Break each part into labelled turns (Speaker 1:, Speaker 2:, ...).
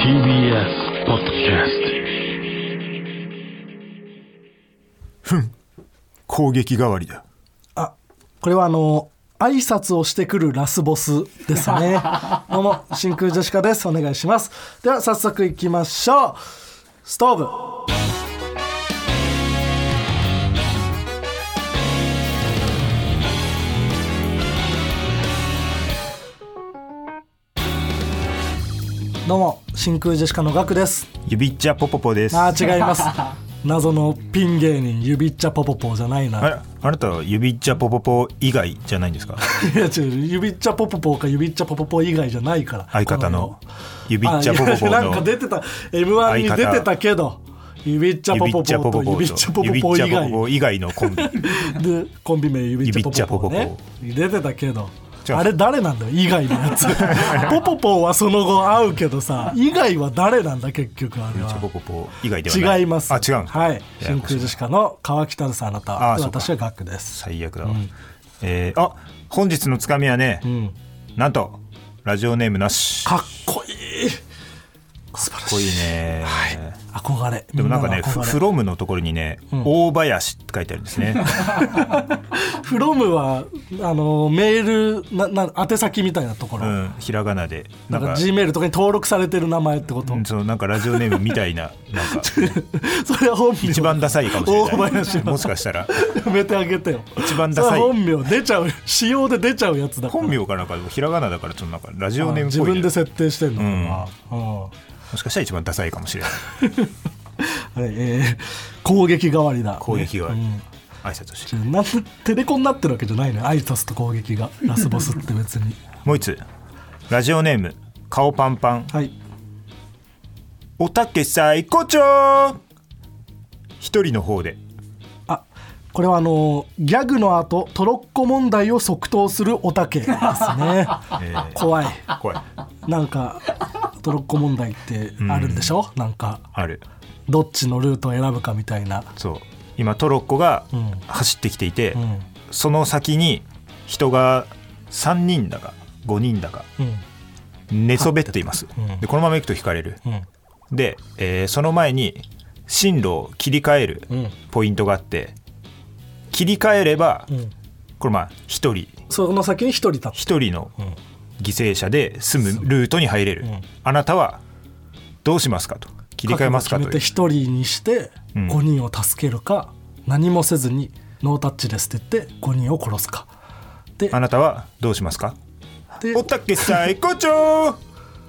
Speaker 1: TBS ポッドキャス
Speaker 2: 攻撃代わりだ
Speaker 3: あこれはあの挨拶をしてくるラスボスですねどうも真空ジェシカですお願いしますでは早速いきましょうストーブどうも真空ジェシカのガクです
Speaker 2: 指っちゃポポポです
Speaker 3: あ
Speaker 2: あ
Speaker 3: ー違います謎のピン芸人指っちゃポポポじゃないな
Speaker 2: れあなたは指っちゃポポポ以外じゃないん ですか
Speaker 3: いや違う指っちゃポポポか指っちゃポポポ以外じゃないから
Speaker 2: 相方の指
Speaker 3: あ
Speaker 2: っちゃポポポ
Speaker 3: いやなんか
Speaker 2: の
Speaker 3: 出てた m 1に出てたけど指っちゃポ
Speaker 2: 指
Speaker 3: ポ
Speaker 2: っちゃポポ
Speaker 3: ポと
Speaker 2: ポと
Speaker 3: 指っちゃポポ
Speaker 2: 指っ
Speaker 3: ポ
Speaker 2: ちゃ
Speaker 3: 以
Speaker 2: ポポ
Speaker 3: 外
Speaker 2: ポ以外のコン ビ
Speaker 3: でコンビ名指っちゃポポポ
Speaker 2: 指っ
Speaker 3: ね
Speaker 2: ち
Speaker 3: 出てたけど
Speaker 2: 違う
Speaker 3: あれ誰なんだよ以外の やつポポポはその後会うけどさ以外は誰なんだ結局あれ
Speaker 2: ポ
Speaker 3: は
Speaker 2: ポポ以外ではない
Speaker 3: 違います
Speaker 2: あ違うんですか
Speaker 3: はい
Speaker 2: や
Speaker 3: 真空ジェシカの川北ですあなた
Speaker 2: あ
Speaker 3: で
Speaker 2: そうか
Speaker 3: 私はガックです
Speaker 2: 最悪だわ、えーあ本日のつかみはね、
Speaker 3: ん
Speaker 2: なんとラジオネームなしかっ
Speaker 3: かっこいい素晴らしい
Speaker 2: こいいね、
Speaker 3: 憧れ
Speaker 2: でもなんかね「
Speaker 3: み
Speaker 2: フ
Speaker 3: の憧れ
Speaker 2: フロムのところにね「大林」って書いてあるんです ね
Speaker 3: フロムはあのメールなな宛先みたいなところ、
Speaker 2: うんひらがなでな
Speaker 3: なん
Speaker 2: ん
Speaker 3: か
Speaker 2: か
Speaker 3: G メールとかに登録されてる名前ってこと、
Speaker 2: うんそうなんかラジオネームみたいななんか
Speaker 3: それは本名
Speaker 2: 一番ダサいかもし
Speaker 3: 大
Speaker 2: れ
Speaker 3: 林
Speaker 2: ない
Speaker 3: は
Speaker 2: もしかしたら
Speaker 3: やめてあげてよ
Speaker 2: 一番ダサい
Speaker 3: それは本名出ちゃう仕様で出ちゃうやつだから
Speaker 2: 本名かなんかでもひらがなだからちょっとなんかラジオネームっ
Speaker 3: 自
Speaker 2: ぽいね
Speaker 3: 分で設定してんのかな、うん
Speaker 2: もしかしたら一番ダサいかもし れない
Speaker 3: はいえー攻撃代わりだ
Speaker 2: 攻撃が
Speaker 3: ね
Speaker 2: 挨拶して
Speaker 3: うんなんでテレコになってるわけじゃないのよ挨拶と攻撃がラスボスって別 に
Speaker 2: もう一つラジオネーム顔パンパン
Speaker 3: はい
Speaker 2: おたけ最高潮一人の方で
Speaker 3: あこれはあのーギャグの後トロッコ問題を即答するおたけですね、 怖い
Speaker 2: 怖い
Speaker 3: なんかトロッコ問題ってあるんでしょ、なんか
Speaker 2: ある
Speaker 3: どっちのルートを選ぶかみたいな
Speaker 2: そう今トロッコが
Speaker 3: ん
Speaker 2: 走ってきていて、
Speaker 3: ん
Speaker 2: その先に人が3人だか5人だか
Speaker 3: うん
Speaker 2: 寝そべっています、
Speaker 3: うん
Speaker 2: でこのまま行くと引かれる、
Speaker 3: うん
Speaker 2: で、えーその前に進路を切り替える
Speaker 3: うん
Speaker 2: ポイントがあって切り替えれば、
Speaker 3: うん
Speaker 2: これまあ一人
Speaker 3: その先に一人立つ
Speaker 2: 一人の
Speaker 3: ん
Speaker 2: 犠牲者で住むルートに入れる、
Speaker 3: ん
Speaker 2: あなたはどうしますかと切り替えますか
Speaker 3: 覚
Speaker 2: と
Speaker 3: 悟
Speaker 2: いう
Speaker 3: 決めて一人にして
Speaker 2: うん
Speaker 3: 5人を助けるか、何もせずにノータッチですって言って5人を殺すかで
Speaker 2: あなたはどうしますか
Speaker 3: で
Speaker 2: おたけ最高潮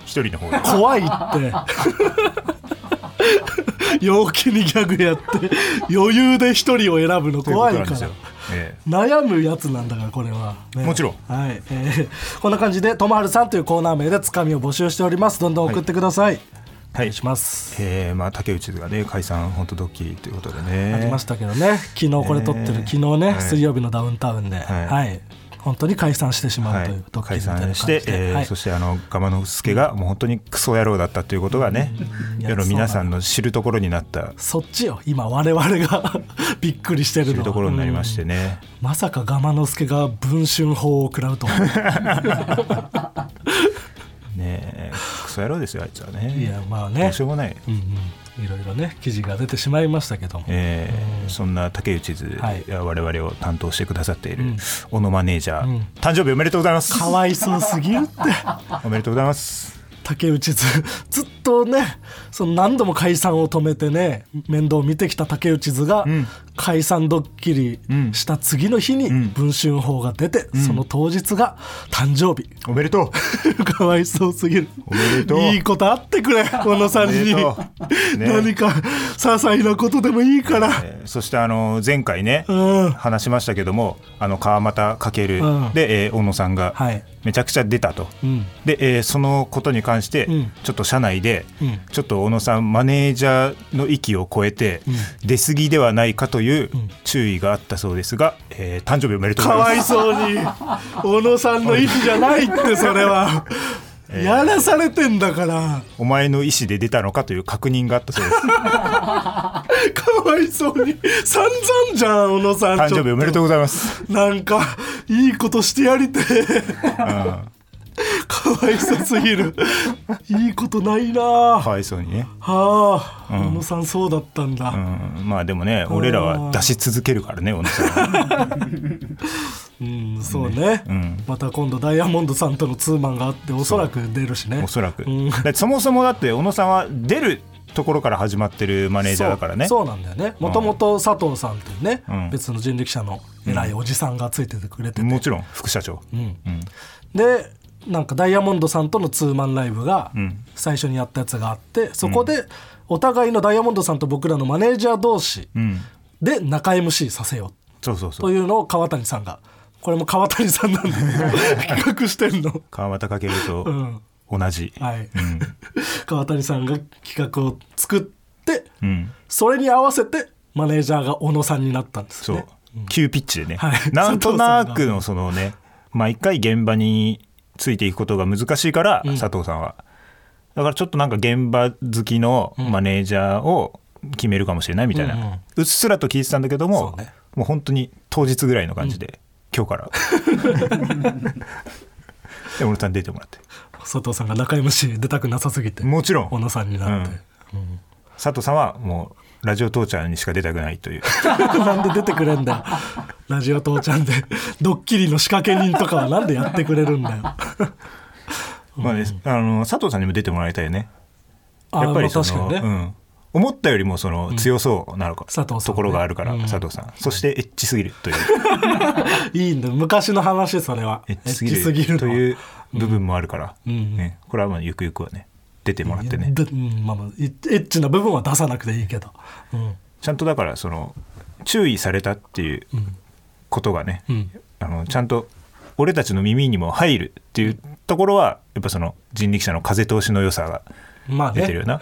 Speaker 2: 一人の方で
Speaker 3: 怖い って陽気にギャグやって余裕で一人を選ぶの 怖い
Speaker 2: とうことなんで
Speaker 3: か
Speaker 2: す
Speaker 3: ら
Speaker 2: よ。ええ
Speaker 3: 悩むやつなんだからこれは、ね
Speaker 2: もちろん
Speaker 3: はい、えーこんな感じで「ともはるさん」というコーナー名でつかみを募集しておりますどんどん送ってください、
Speaker 2: お願い
Speaker 3: します
Speaker 2: えーまあ、竹内がね解散本当ドッキリということでね
Speaker 3: ありましたけどね昨日これ撮ってる、
Speaker 2: えー
Speaker 3: 昨日ね、
Speaker 2: はい
Speaker 3: 水曜日のダウンタウンでは、
Speaker 2: はいい
Speaker 3: 本当に解散してしまう
Speaker 2: は
Speaker 3: という
Speaker 2: い
Speaker 3: ドッキリ
Speaker 2: 解
Speaker 3: みたいな感
Speaker 2: 散
Speaker 3: じ
Speaker 2: して、えー
Speaker 3: はい
Speaker 2: そしてあのガマノフスケがもう本当にクソ野郎だったということがね
Speaker 3: うん
Speaker 2: 世の皆さんの知るところになった
Speaker 3: そっちよ今我々が びっくりしてる
Speaker 2: 知
Speaker 3: の
Speaker 2: る
Speaker 3: は
Speaker 2: ところになりましてね、
Speaker 3: うんまさかガマノスケが文春法を食らうとは
Speaker 2: ねえクソ野郎ですよあいつはね
Speaker 3: いやまあ
Speaker 2: ど
Speaker 3: ね
Speaker 2: うしようもない、
Speaker 3: うんうんいろいろね記事が出てしまいましたけども、
Speaker 2: えーそんな竹内図
Speaker 3: はい
Speaker 2: や我々を担当してくださっている小野マネージャー、誕生日おめでとうございます
Speaker 3: かわいそうすぎ るって
Speaker 2: おめでとうございます
Speaker 3: 竹内図ずっとねその何度も解散を止めてね面倒を見てきた竹内図が、解散ドッキリした次の日に「文春法」が出て、その当日が誕生日
Speaker 2: おめでとう
Speaker 3: かわいそうすぎる
Speaker 2: おめでとう
Speaker 3: いいことあってくれこの3人
Speaker 2: おめでとうね
Speaker 3: 何か些細なことでもいいから、
Speaker 2: えーそしてあの前回ね、
Speaker 3: うん
Speaker 2: 話しましたけどもあの川又
Speaker 3: う
Speaker 2: ×
Speaker 3: ん
Speaker 2: で、えー小野さんが
Speaker 3: はい
Speaker 2: めちゃくちゃ出たと、
Speaker 3: ん
Speaker 2: で、えーそのことに関して、
Speaker 3: ん
Speaker 2: ちょっと社内で、
Speaker 3: うん
Speaker 2: ちょっと小野さんマネージャーの域を超えて、出過ぎではないかという注意があったそうですが、えー誕生日おめでとうご
Speaker 3: か
Speaker 2: ざいます
Speaker 3: わいそうに小野さんの意思じゃないってそれは、やらされてんだから
Speaker 2: お前の意思で出たのかという確認があったそう です
Speaker 3: かわいそうに散々じゃん小野さん
Speaker 2: 誕生日おめでとう
Speaker 3: う
Speaker 2: ございます
Speaker 3: なんかいいことしてやりてえ
Speaker 2: うん
Speaker 3: かわいそすぎるいいことないなあ
Speaker 2: かわいそうにね、
Speaker 3: はあ、小野さんそうだったんだ、
Speaker 2: うん、まあでもね俺らは出し続けるからね小野さん
Speaker 3: うん、そうね、
Speaker 2: うん
Speaker 3: また今度ダイヤモンドさんとのツーマンがあっておそらく出るしね
Speaker 2: おそらく、
Speaker 3: うん
Speaker 2: だってそもそもだって小野さんは出るところから始まってるマネージャーだからね
Speaker 3: そうそうなんだよねもともと佐藤さんっていうね、
Speaker 2: うん
Speaker 3: 別の人力車の偉いおじさんがついててくれてて、
Speaker 2: もちろん副社長、
Speaker 3: うん
Speaker 2: うん
Speaker 3: でなんかダイヤモンドさんとのツーマンライブが
Speaker 2: ん
Speaker 3: 最初にやったやつがあってそこでお互いのダイヤモンドさんと僕らのマネージャー同士
Speaker 2: うん、
Speaker 3: で仲 MC させよう
Speaker 2: そうそうそ
Speaker 3: と
Speaker 2: う
Speaker 3: いうのを川谷さんがこれも川谷さんなんで 企画してんの。
Speaker 2: 川端健
Speaker 3: う
Speaker 2: と
Speaker 3: ん
Speaker 2: 同じ、
Speaker 3: はい、
Speaker 2: ん
Speaker 3: 川谷さんが企画を作って、
Speaker 2: うん
Speaker 3: それに合わせてマネージャーが小野さんになったんです
Speaker 2: そう、
Speaker 3: ね。
Speaker 2: 急ピッチでね、
Speaker 3: はい
Speaker 2: なんとなくのそのね毎回現場についていくことが難しいから、佐藤さんはだからちょっとなんか現場好きのマネージャーを決めるかもしれないみたいな、う
Speaker 3: うんうん
Speaker 2: っすらと聞いてたんだけども、
Speaker 3: そうね
Speaker 2: もう本当に当日ぐらいの感じで、今日からで小野さん出てもらって
Speaker 3: 佐藤さんが中 MC 出たくなさすぎて
Speaker 2: もちろん
Speaker 3: 小野さんになって、
Speaker 2: 佐藤さんはもうラジオ父ちゃんにしか出たくないという
Speaker 3: なんで出てくれんだよラジオ父ちゃんでドッキリの仕掛け人とかはなんでやってくれるんだよ
Speaker 2: まあ、ね、あの佐藤さんにも出てもらいたいよね
Speaker 3: あ
Speaker 2: やっぱり
Speaker 3: ま
Speaker 2: そ
Speaker 3: あ
Speaker 2: の、
Speaker 3: 確かにね、
Speaker 2: うん、思ったよりもその強そうなのか、
Speaker 3: 佐藤さんね
Speaker 2: ところがあるから、
Speaker 3: うん
Speaker 2: 佐藤さんそしてエッチすぎる という
Speaker 3: いいんだよ昔の話それは
Speaker 2: エッチすぎると
Speaker 3: う
Speaker 2: いう部分もあるから、
Speaker 3: ん
Speaker 2: ね、これはまあゆくゆくはね出てもらってね
Speaker 3: うんまあまあエッチな部分は出さなくていいけど、うん
Speaker 2: ちゃんとだからその注意されたっていうことがね、
Speaker 3: ん
Speaker 2: あのちゃんと俺たちの耳にも入るっていうところはやっぱその人力車の風通しの良さが
Speaker 3: まあ
Speaker 2: 出てるよ
Speaker 3: ね
Speaker 2: な、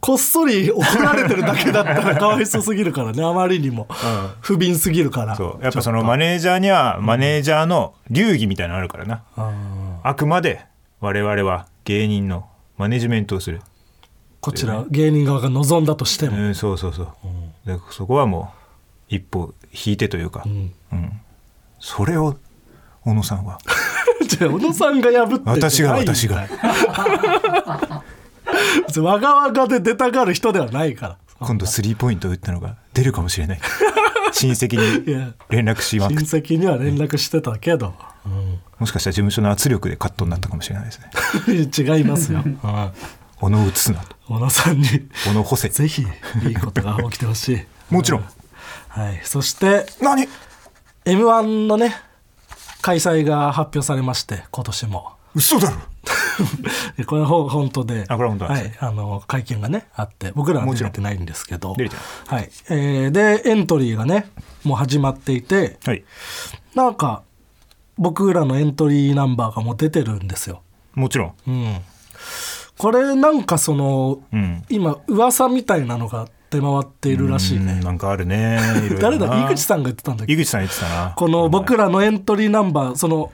Speaker 3: こっそり怒られてるだけだったらかわいそうすぎるからねあまりにも不憫すぎるから
Speaker 2: そうやっぱそのマネージャーにはマネージャーの流儀みたいなのあるからな、
Speaker 3: あー
Speaker 2: あくまで我々は芸人のマネジメントをする。
Speaker 3: こちら芸人側が望んだとして
Speaker 2: う
Speaker 3: も、
Speaker 2: ん、そうそうそう。でそこはもう一歩引いてというか、
Speaker 3: うん
Speaker 2: うんそれを小野さん は
Speaker 3: じゃあ小野さんが破ってんじゃない
Speaker 2: 私が私 が
Speaker 3: 別にわがわがで出たがる人ではないから
Speaker 2: 今度スリーポイントを打ったのが出るかもし れない。親戚
Speaker 3: い
Speaker 2: に
Speaker 3: や
Speaker 2: 連絡しま
Speaker 3: 親
Speaker 2: くって
Speaker 3: 戚には連絡してたけど、
Speaker 2: もしかしたら事務所の圧力でカットになったかもしれない ですね。
Speaker 3: 違いますよ、はい
Speaker 2: 小野を移すなと。
Speaker 3: 小野さんに
Speaker 2: 小野補正。
Speaker 3: ぜひいいことが起きてほしい
Speaker 2: もちろん。
Speaker 3: はいそして
Speaker 2: 何
Speaker 3: m 1のね開催が発表されまして今年も
Speaker 2: 嘘だろ
Speaker 3: これほ本当で
Speaker 2: あこれ本当なん
Speaker 3: は
Speaker 2: です
Speaker 3: い
Speaker 2: ね、
Speaker 3: あの会見がねあって僕らは
Speaker 2: も
Speaker 3: 出
Speaker 2: ちろ
Speaker 3: れ
Speaker 2: ん
Speaker 3: てないんですけど
Speaker 2: 出れて
Speaker 3: はいえーでエントリーがねもう始まっていて
Speaker 2: はい。
Speaker 3: なんか僕らのエントリーナンバーがもう出てるんですよ。
Speaker 2: もちろん。
Speaker 3: うん、これなんかその、
Speaker 2: うん
Speaker 3: 今噂みたいなのが出回っているらしい
Speaker 2: うん
Speaker 3: ね。
Speaker 2: なんかある ね。いろいろ
Speaker 3: 誰
Speaker 2: な
Speaker 3: だ井口さんが言ってたんだっけ
Speaker 2: 井口さん言ってたな。
Speaker 3: この僕らのエントリーナンバーその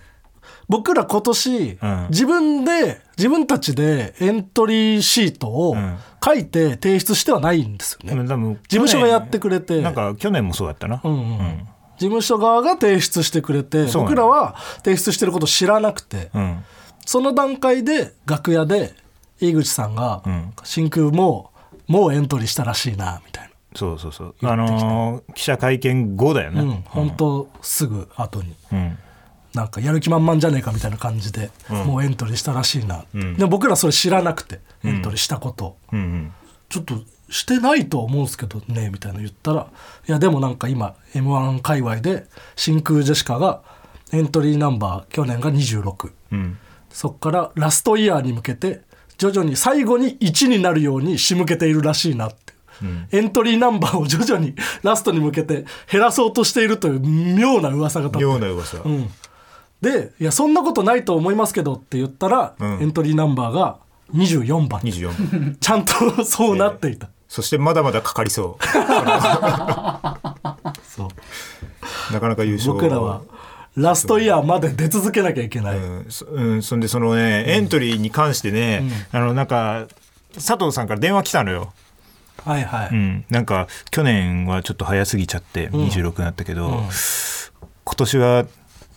Speaker 3: 僕ら今年、
Speaker 2: うん
Speaker 3: 自分で自分たちでエントリーシートを
Speaker 2: うん
Speaker 3: 書いて提出してはないんですよね、
Speaker 2: でも多分
Speaker 3: 事務所がやってくれて
Speaker 2: なんか去年もそうだったな、
Speaker 3: うんうん事務所側が提出してくれて
Speaker 2: そうな
Speaker 3: 僕
Speaker 2: んだ
Speaker 3: らは提出してることを知らなくて、
Speaker 2: うん
Speaker 3: その段階で楽屋で井口さんが
Speaker 2: うん
Speaker 3: 「真空もうもうエントリーしたらしいな」みたい
Speaker 2: そうそうそうあのー記者会見後だよね、
Speaker 3: な、うん、本当すぐ後に
Speaker 2: うん
Speaker 3: なんかやる気満々じゃねえかみたいな感じで、もうエントリーしたらしいな、
Speaker 2: ん
Speaker 3: でも僕らそれ知らなくてエントリーしたことを、
Speaker 2: うんうん
Speaker 3: ちょっとしてないと思うんですけどねみたいなの言ったらいやでもなんか今 m 1界隈で真空ジェシカがエントリーナンバー去年が26
Speaker 2: うん
Speaker 3: そこからラストイヤーに向けて徐々に最後に1になるように仕向けているらしいなって、エントリーナンバーを徐々にラストに向けて減らそうとしているという妙な噂が立って
Speaker 2: 妙な噂、
Speaker 3: うん、で「いやそんなことないと思いますけど」って言ったら、
Speaker 2: うん
Speaker 3: エントリーナンバーが24番
Speaker 2: 24
Speaker 3: ちゃんと そうなっていた、
Speaker 2: そしてまだまだかかりそう
Speaker 3: そう
Speaker 2: なかなか優勝
Speaker 3: 僕らはラストイヤーまで出続けなきゃいけない、
Speaker 2: うんそ,、うん、そんでそのねエントリーに関してね、あのなんか佐藤さんから電話来たのよ、
Speaker 3: はいはい、
Speaker 2: うん、なんか去年はちょっと早すぎちゃって26になったけど、今年は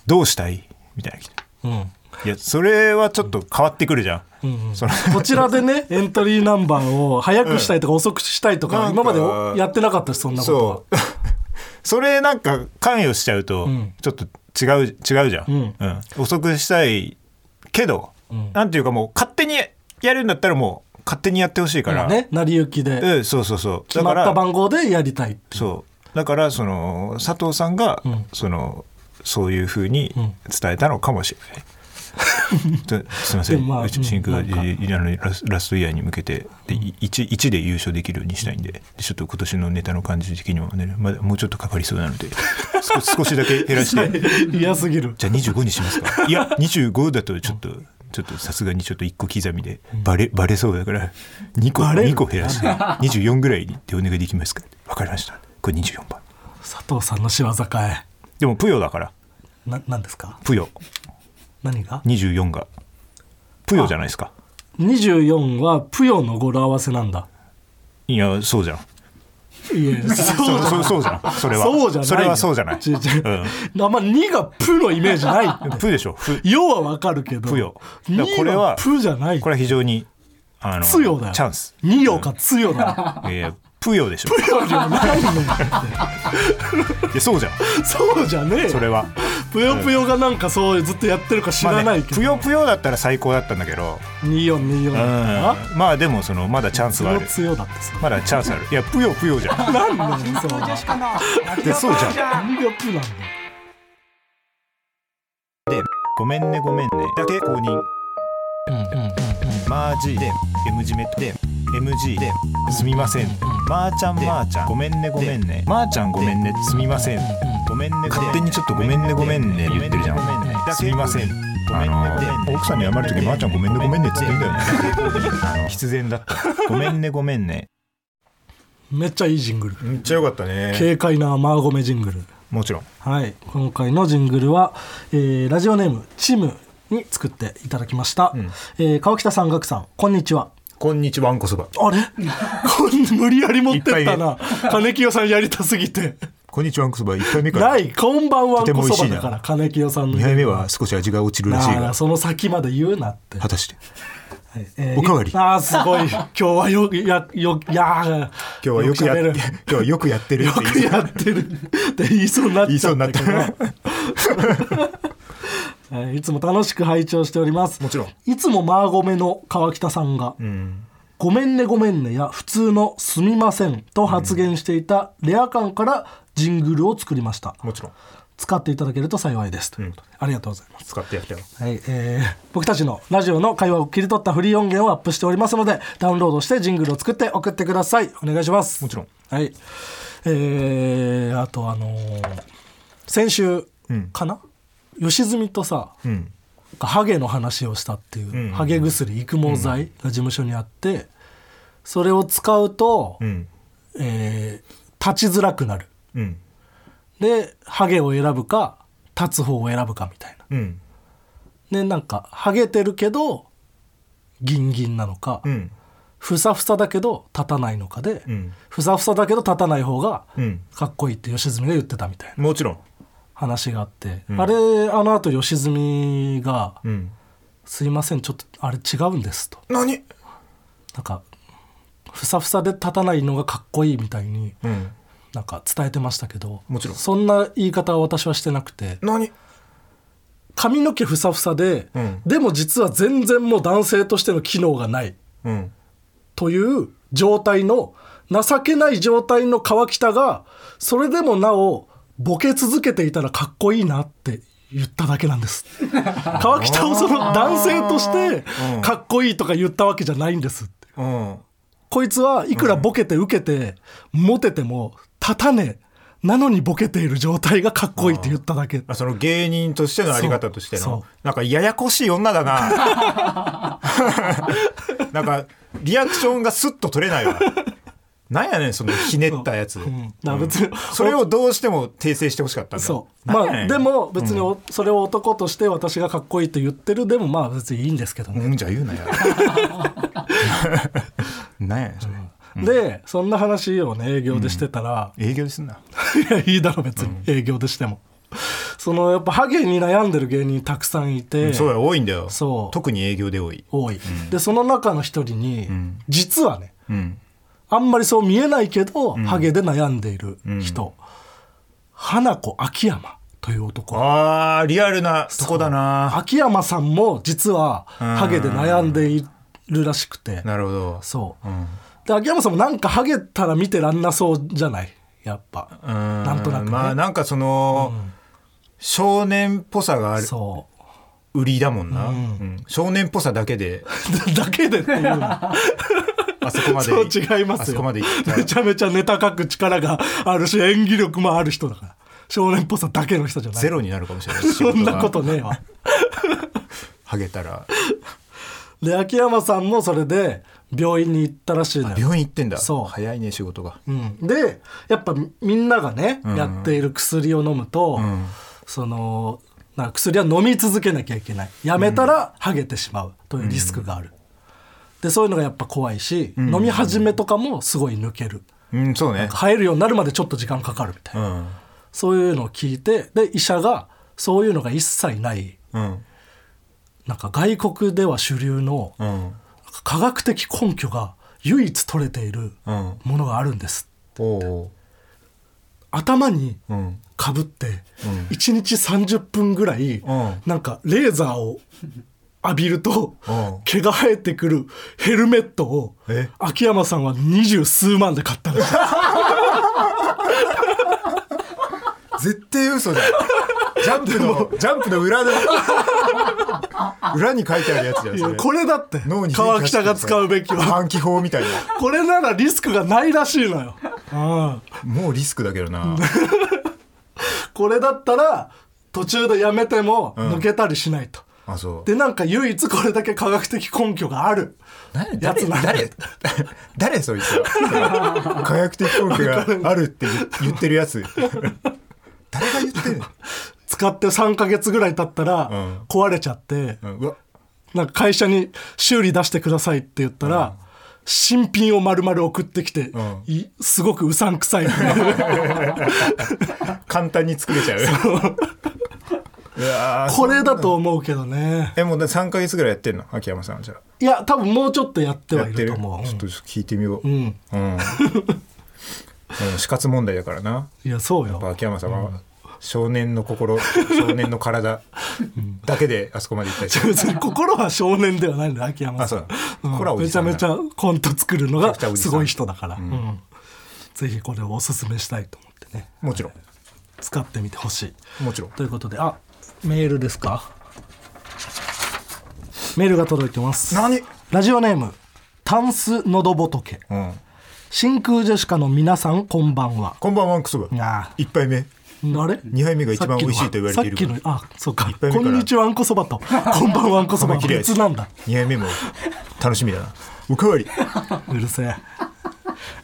Speaker 2: どうしたいみたいな来て
Speaker 3: うん
Speaker 2: いやそれはちょっと変わってくるじゃん、その
Speaker 3: こちらでね エントリーナンバーを早くしたいとか遅くしたいとか、
Speaker 2: なんか
Speaker 3: 今までやってなかったしそんなことは
Speaker 2: そう それなんか関与しちゃうとちょっと違う、違うじゃん、
Speaker 3: ん
Speaker 2: うん遅くしたいけど、なんていうかもう勝手にやるんだったらもう勝手にやってほしいから、
Speaker 3: ね成り行きで
Speaker 2: うんそうそうそう
Speaker 3: 決まった番号でやりたいっていう
Speaker 2: そうだからその佐藤さんが、そのそういうふうに伝えたのかもし れない、ちょすいませ
Speaker 3: で
Speaker 2: ん、
Speaker 3: もまあ
Speaker 2: うち真空が
Speaker 3: うんなんか
Speaker 2: いいあのラスラストイヤーに向けてで 1, 一で優勝できるようにしたいんででちょっと今年のネタの感じ的にもねまだもうちょっとかかりそうなので少少しだけ減ら して
Speaker 3: 嫌すぎる
Speaker 2: じゃあ25にします かいや25だとちょっと。ちょっとさすがにちょっと1個刻みでバレバレそうだから2個
Speaker 3: レる
Speaker 2: 二個減ら して24ぐらいにってお願いできますかわかりましたこれ24番
Speaker 3: 佐藤さんの仕業かい
Speaker 2: でもプヨだから
Speaker 3: な何ですか
Speaker 2: プヨ
Speaker 3: 何が
Speaker 2: 24がプヨじゃないですか
Speaker 3: 24はプヨの語呂合わせなんだ
Speaker 2: いやそうじゃん
Speaker 3: い や
Speaker 2: そうそうそうじゃんそれは
Speaker 3: そうじゃないよ
Speaker 2: それはそうじゃない
Speaker 3: 違う違う
Speaker 2: うん
Speaker 3: あんま2がプのイメージないって
Speaker 2: プでしょプ
Speaker 3: よはわかるけど
Speaker 2: プヨだから
Speaker 3: 2
Speaker 2: これ
Speaker 3: は
Speaker 2: は
Speaker 3: プじゃない
Speaker 2: これは非常にあの
Speaker 3: つよだよ
Speaker 2: チャンス
Speaker 3: 2よかつよだ
Speaker 2: いやプヨでしょ
Speaker 3: よじゃないのよ
Speaker 2: いやそうじゃん
Speaker 3: そうじゃねえ
Speaker 2: それは
Speaker 3: ぷよぷよがなんかそうずっとやってるか知ら
Speaker 2: まあ
Speaker 3: な
Speaker 2: ね
Speaker 3: いけど、
Speaker 2: ぷよぷよだったら最高だったんだけど
Speaker 3: 2424
Speaker 2: うん
Speaker 3: だった
Speaker 2: まあでもそのまだチャンスはあ
Speaker 3: ら
Speaker 2: る
Speaker 3: つよだってさ
Speaker 2: まだチャンスあるいやぷよぷよじゃん
Speaker 3: なんだよそうだ
Speaker 2: いやそうじゃん
Speaker 3: 何がプなんだよ
Speaker 2: ごめんねごめんねだけ公認マージで M 字メで MG ですみませんマーちゃんマーちゃんごめんねごめんねマーちゃんごめんねすみませんごめんね勝手にちょっとごめんねごめんね言ってるじゃんすみませんあの奥さんに謝る時マーちゃんごめんねごめんねっつってんだよねあの必然だったごめんねごめんね
Speaker 3: めっちゃいいジングル
Speaker 2: めっちゃよかったね
Speaker 3: 軽快なマーゴメジングル
Speaker 2: もちろん
Speaker 3: はい今回のジングルは、えーラジオネームチムに作っていただきました、えー川北さん岳さんこんにちは
Speaker 2: こんにちはんこそば
Speaker 3: あ れこん無理やり持ってった
Speaker 2: い
Speaker 3: な金清さんやりたすぎて
Speaker 2: こんにちはんこそば1回目
Speaker 3: ないこんばんはん
Speaker 2: とても
Speaker 3: こ
Speaker 2: 美味しい
Speaker 3: そ
Speaker 2: な
Speaker 3: ばだから金清さんの
Speaker 2: 少し味が落ちる
Speaker 3: なあその先まで言うなって
Speaker 2: たして
Speaker 3: えー
Speaker 2: おかわり
Speaker 3: ああ、すご い。今日はよ、や、よ、いやー、
Speaker 2: 今
Speaker 3: 今
Speaker 2: 日はよくやって、
Speaker 3: よ
Speaker 2: 今日はよくやってるって
Speaker 3: く喋るよくやってるって言いそうになっちゃった け
Speaker 2: 言
Speaker 3: ど。
Speaker 2: いそうになっ
Speaker 3: はいいつも楽しく拝聴しております。
Speaker 2: もちろん。
Speaker 3: いつもマーゴメの川北さんが、ごめんねごめんねや普通のすみませんと発言していたレア感からジングルを作りました。
Speaker 2: もちろん
Speaker 3: 使っていただけると幸いです。ということでありがとうございます。
Speaker 2: 使ってやったよ
Speaker 3: はい、えー僕たちのラジオの会話を切り取ったフリー音源をアップしておりますので、ダウンロードしてジングルを作って送ってください。お願いします。
Speaker 2: もちろん。
Speaker 3: はい。えーあとあのー先週かな、吉住とさ、
Speaker 2: うん
Speaker 3: ハゲの話をしたってい
Speaker 2: ん
Speaker 3: う、
Speaker 2: うん
Speaker 3: ハゲ薬育毛剤が事務所にあって、それを使うと、
Speaker 2: うん
Speaker 3: えー立ちづらくなる。
Speaker 2: うん
Speaker 3: で、ハゲを選ぶか、立つ方を選ぶかみたいな。
Speaker 2: うん
Speaker 3: ねなんかハゲてるけどギンギンなのか、
Speaker 2: うん
Speaker 3: ふさふさだけど立たないのかで、
Speaker 2: うん
Speaker 3: ふさふさだけど立たない方が
Speaker 2: うん
Speaker 3: かっこいいって吉住が言ってたみたいな
Speaker 2: もちろん
Speaker 3: 話があって、あれあの後吉住が
Speaker 2: うん
Speaker 3: 「すいませんちょっとあれ違うんです」と
Speaker 2: 何
Speaker 3: なんかふさふさで立たないのがかっこいいみたいに
Speaker 2: うん
Speaker 3: なんか伝えてましたけど
Speaker 2: もちろん
Speaker 3: そんな言い方は私はしてなくて
Speaker 2: 何
Speaker 3: 髪の毛ふさふさで、
Speaker 2: うん
Speaker 3: でも実は全然もう男性としての機能がない。
Speaker 2: うん
Speaker 3: という状態の情けない状態の川北がそれでもなおボケ続けていたらかっこいいなって言っただけなんです 川北をその男性としてかっこいいとか言ったわけじゃないんですって
Speaker 2: うん
Speaker 3: こいつはいくらボケて受けてモテても立たねえなのにボケている状態がかっこいいって言っただけ
Speaker 2: あその芸人としてのあり方として
Speaker 3: そうそ
Speaker 2: のなんかややこしい女だななんかリアクションがスッと取れないわなんやねんそのひねったやつ、
Speaker 3: うんだから別に
Speaker 2: それをどうしても訂正してほしかったんだ
Speaker 3: そう
Speaker 2: なんや
Speaker 3: ま
Speaker 2: ね
Speaker 3: あ
Speaker 2: ん
Speaker 3: でも別におそれを男として私がかっこいいと言ってるでもまあ別にいいんですけどね
Speaker 2: うんじゃ言うなよ。なんやねんそれ。
Speaker 3: でそんな話をね営業でしてたら、
Speaker 2: 営業ですんな。
Speaker 3: いやいいだろ別に、営業でしてもそのやっぱハゲに悩んでる芸人たくさんいて、
Speaker 2: そうだよ多いんだよ
Speaker 3: そう
Speaker 2: 特に営業で多い、
Speaker 3: 多い、でその中の一人に、
Speaker 2: ん
Speaker 3: 実はね
Speaker 2: うん、
Speaker 3: あんまりそう見えないけど、ハゲで悩んでいる人、花子秋山という男
Speaker 2: あーリアルなとこだな
Speaker 3: 秋山さんも実はハゲで悩んでいるらしくて
Speaker 2: なるほど
Speaker 3: そう、
Speaker 2: ん
Speaker 3: で秋山さんもなんかハゲたら見てらんなそうじゃないやっぱ
Speaker 2: うーん
Speaker 3: なんとなくね
Speaker 2: まあなんかその、少年っぽさがある
Speaker 3: そう
Speaker 2: 売りだもんな、うん少年っぽさだけ で
Speaker 3: だけでっていうのは
Speaker 2: あそこまで
Speaker 3: そう違いますよ
Speaker 2: あそこまで行った
Speaker 3: め ちゃめちゃネタ書く力があるし演技力もある人だから少年っぽさだけの人じゃない
Speaker 2: ゼロになるかもしれない
Speaker 3: そんなこ
Speaker 2: 仕事
Speaker 3: と
Speaker 2: が
Speaker 3: ねえわ
Speaker 2: ハゲたら
Speaker 3: で秋山さんもそれで病院に行ったらしいのよ
Speaker 2: 病院行ってんだ
Speaker 3: そう
Speaker 2: 早いね仕事が
Speaker 3: うん、でやっぱみんながね、
Speaker 2: ん
Speaker 3: やっている薬を飲むと、
Speaker 2: ん
Speaker 3: そのなんか薬は飲み続けなきゃいけないやめたらハゲてしまうというリスクがある、でそういうのがやっぱ怖いし、飲み始めとかもすごい抜ける
Speaker 2: うんそうね
Speaker 3: 生えるようになるまでちょっと時間かかるみたいうな、
Speaker 2: ん
Speaker 3: そういうのを聞いてで医者がそういうのが一切ない
Speaker 2: うん
Speaker 3: なんか外国では主流の
Speaker 2: うん
Speaker 3: 科学的根拠が唯一取れている
Speaker 2: うん
Speaker 3: ものがあるんです
Speaker 2: おうお
Speaker 3: 頭に
Speaker 2: ううん
Speaker 3: かぶって1日30分ぐらい
Speaker 2: ん
Speaker 3: なんかレーザーを浴びると
Speaker 2: うん
Speaker 3: 毛が生えてくるヘルメットを
Speaker 2: え
Speaker 3: 秋山さんは二十数万で買ったらしい
Speaker 2: 絶対嘘だよジ ャンプのジャンプの裏の裏に書いてあるやつじゃん
Speaker 3: い
Speaker 2: そ
Speaker 3: や
Speaker 2: れ
Speaker 3: これだって
Speaker 2: 脳に
Speaker 3: 川北が使うべきは
Speaker 2: 換気法みたいな
Speaker 3: これならリスクがないらしいのよ、うん、
Speaker 2: もうリスクだけどな
Speaker 3: これだったら途中でやめても抜けたりしないと、
Speaker 2: あそう
Speaker 3: でなんか唯一これだけ科学的根拠がある
Speaker 2: 誰
Speaker 3: や
Speaker 2: 誰
Speaker 3: つなんだ
Speaker 2: 誰 誰そいつは科学的根拠があるって言言ってるや つ誰が言ってんの、
Speaker 3: 使って3ヶ月ぐらい経った
Speaker 2: う
Speaker 3: ら
Speaker 2: ん
Speaker 3: 壊れちゃって、
Speaker 2: うん、うわ
Speaker 3: なんか会社に修理出してくださいって言ったら、新品を丸々送ってきて、
Speaker 2: ん
Speaker 3: いすごくうさんくさい
Speaker 2: 簡単に作れちゃう うわー
Speaker 3: これだと思うけどね
Speaker 2: えもうだ3か月ぐらいやってんの秋山さんはじゃあ
Speaker 3: いや多分もうちょっとやって
Speaker 2: や
Speaker 3: は
Speaker 2: っ
Speaker 3: い
Speaker 2: て
Speaker 3: る
Speaker 2: る
Speaker 3: と思う
Speaker 2: ちょっと聞いてみようう
Speaker 3: う
Speaker 2: ん、
Speaker 3: ん
Speaker 2: うん、死活問題だからない
Speaker 3: やそうよ
Speaker 2: やっぱ秋山さんは少年の心少年の体だけであそこまで行ったりする
Speaker 3: 別に心は少年ではないんだよ秋山
Speaker 2: あそ
Speaker 3: さ
Speaker 2: うんだ、
Speaker 3: うん
Speaker 2: これはお
Speaker 3: め
Speaker 2: じ
Speaker 3: ち
Speaker 2: さ
Speaker 3: ゃ
Speaker 2: んだ
Speaker 3: めちゃコント作るのが
Speaker 2: めちゃくちゃおじさん
Speaker 3: すごい人だから、うんぜひこれをおすすめしたいと思ってね
Speaker 2: もちろ
Speaker 3: 使ってみてほしい
Speaker 2: んもちろん
Speaker 3: ということであメールですかメールが届いてます
Speaker 2: 何
Speaker 3: ラジオネームタンスのどぼとけ
Speaker 2: うん
Speaker 3: 真空ジェシカの皆さんこんばんは
Speaker 2: こんばんはワンクソバ
Speaker 3: あ
Speaker 2: 1杯目
Speaker 3: あれ
Speaker 2: 2杯目が一番美味しいと言われている
Speaker 3: さっきのあそうか
Speaker 2: 杯目か
Speaker 3: こ
Speaker 2: ら
Speaker 3: んにちはあんこそばとこんばんはあんこそばは
Speaker 2: きれい
Speaker 3: 別なんだ
Speaker 2: 2杯目も楽しみだなおかわり
Speaker 3: うるせ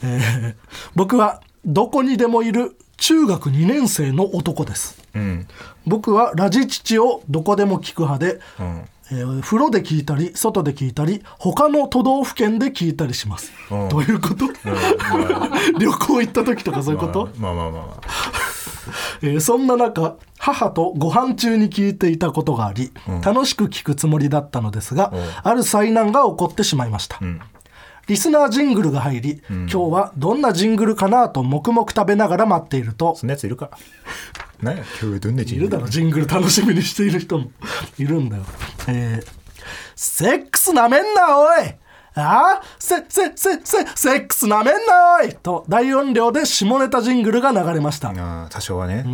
Speaker 3: ええー僕はどこにでもいる中学2年生の男です
Speaker 2: うん
Speaker 3: 僕はラジチチをどこでも聞く派で、
Speaker 2: うん
Speaker 3: えー風呂で聞いたり外で聞いたり他の都道府県で聞いたりします、
Speaker 2: うん
Speaker 3: どういうこと、 旅行行った時とかそういうこと、
Speaker 2: まあまあまあまあ
Speaker 3: えーそんな中母とご飯中に聞いていたことがあり、楽しく聞くつもりだったのですが、ある災難が起こってしまいました、リスナージングルが入り、今日はどんなジングルかなと黙々食べながら待っていると
Speaker 2: そんなやついるか何や今日どんなチ
Speaker 3: いるだろジングル楽しみにしている人も いるんだよえーセックスなめんなおいああせ、せ、せ、せ、セックスなめんなおいと大音量で下ネタジングルが流れました。
Speaker 2: ああ多少はね、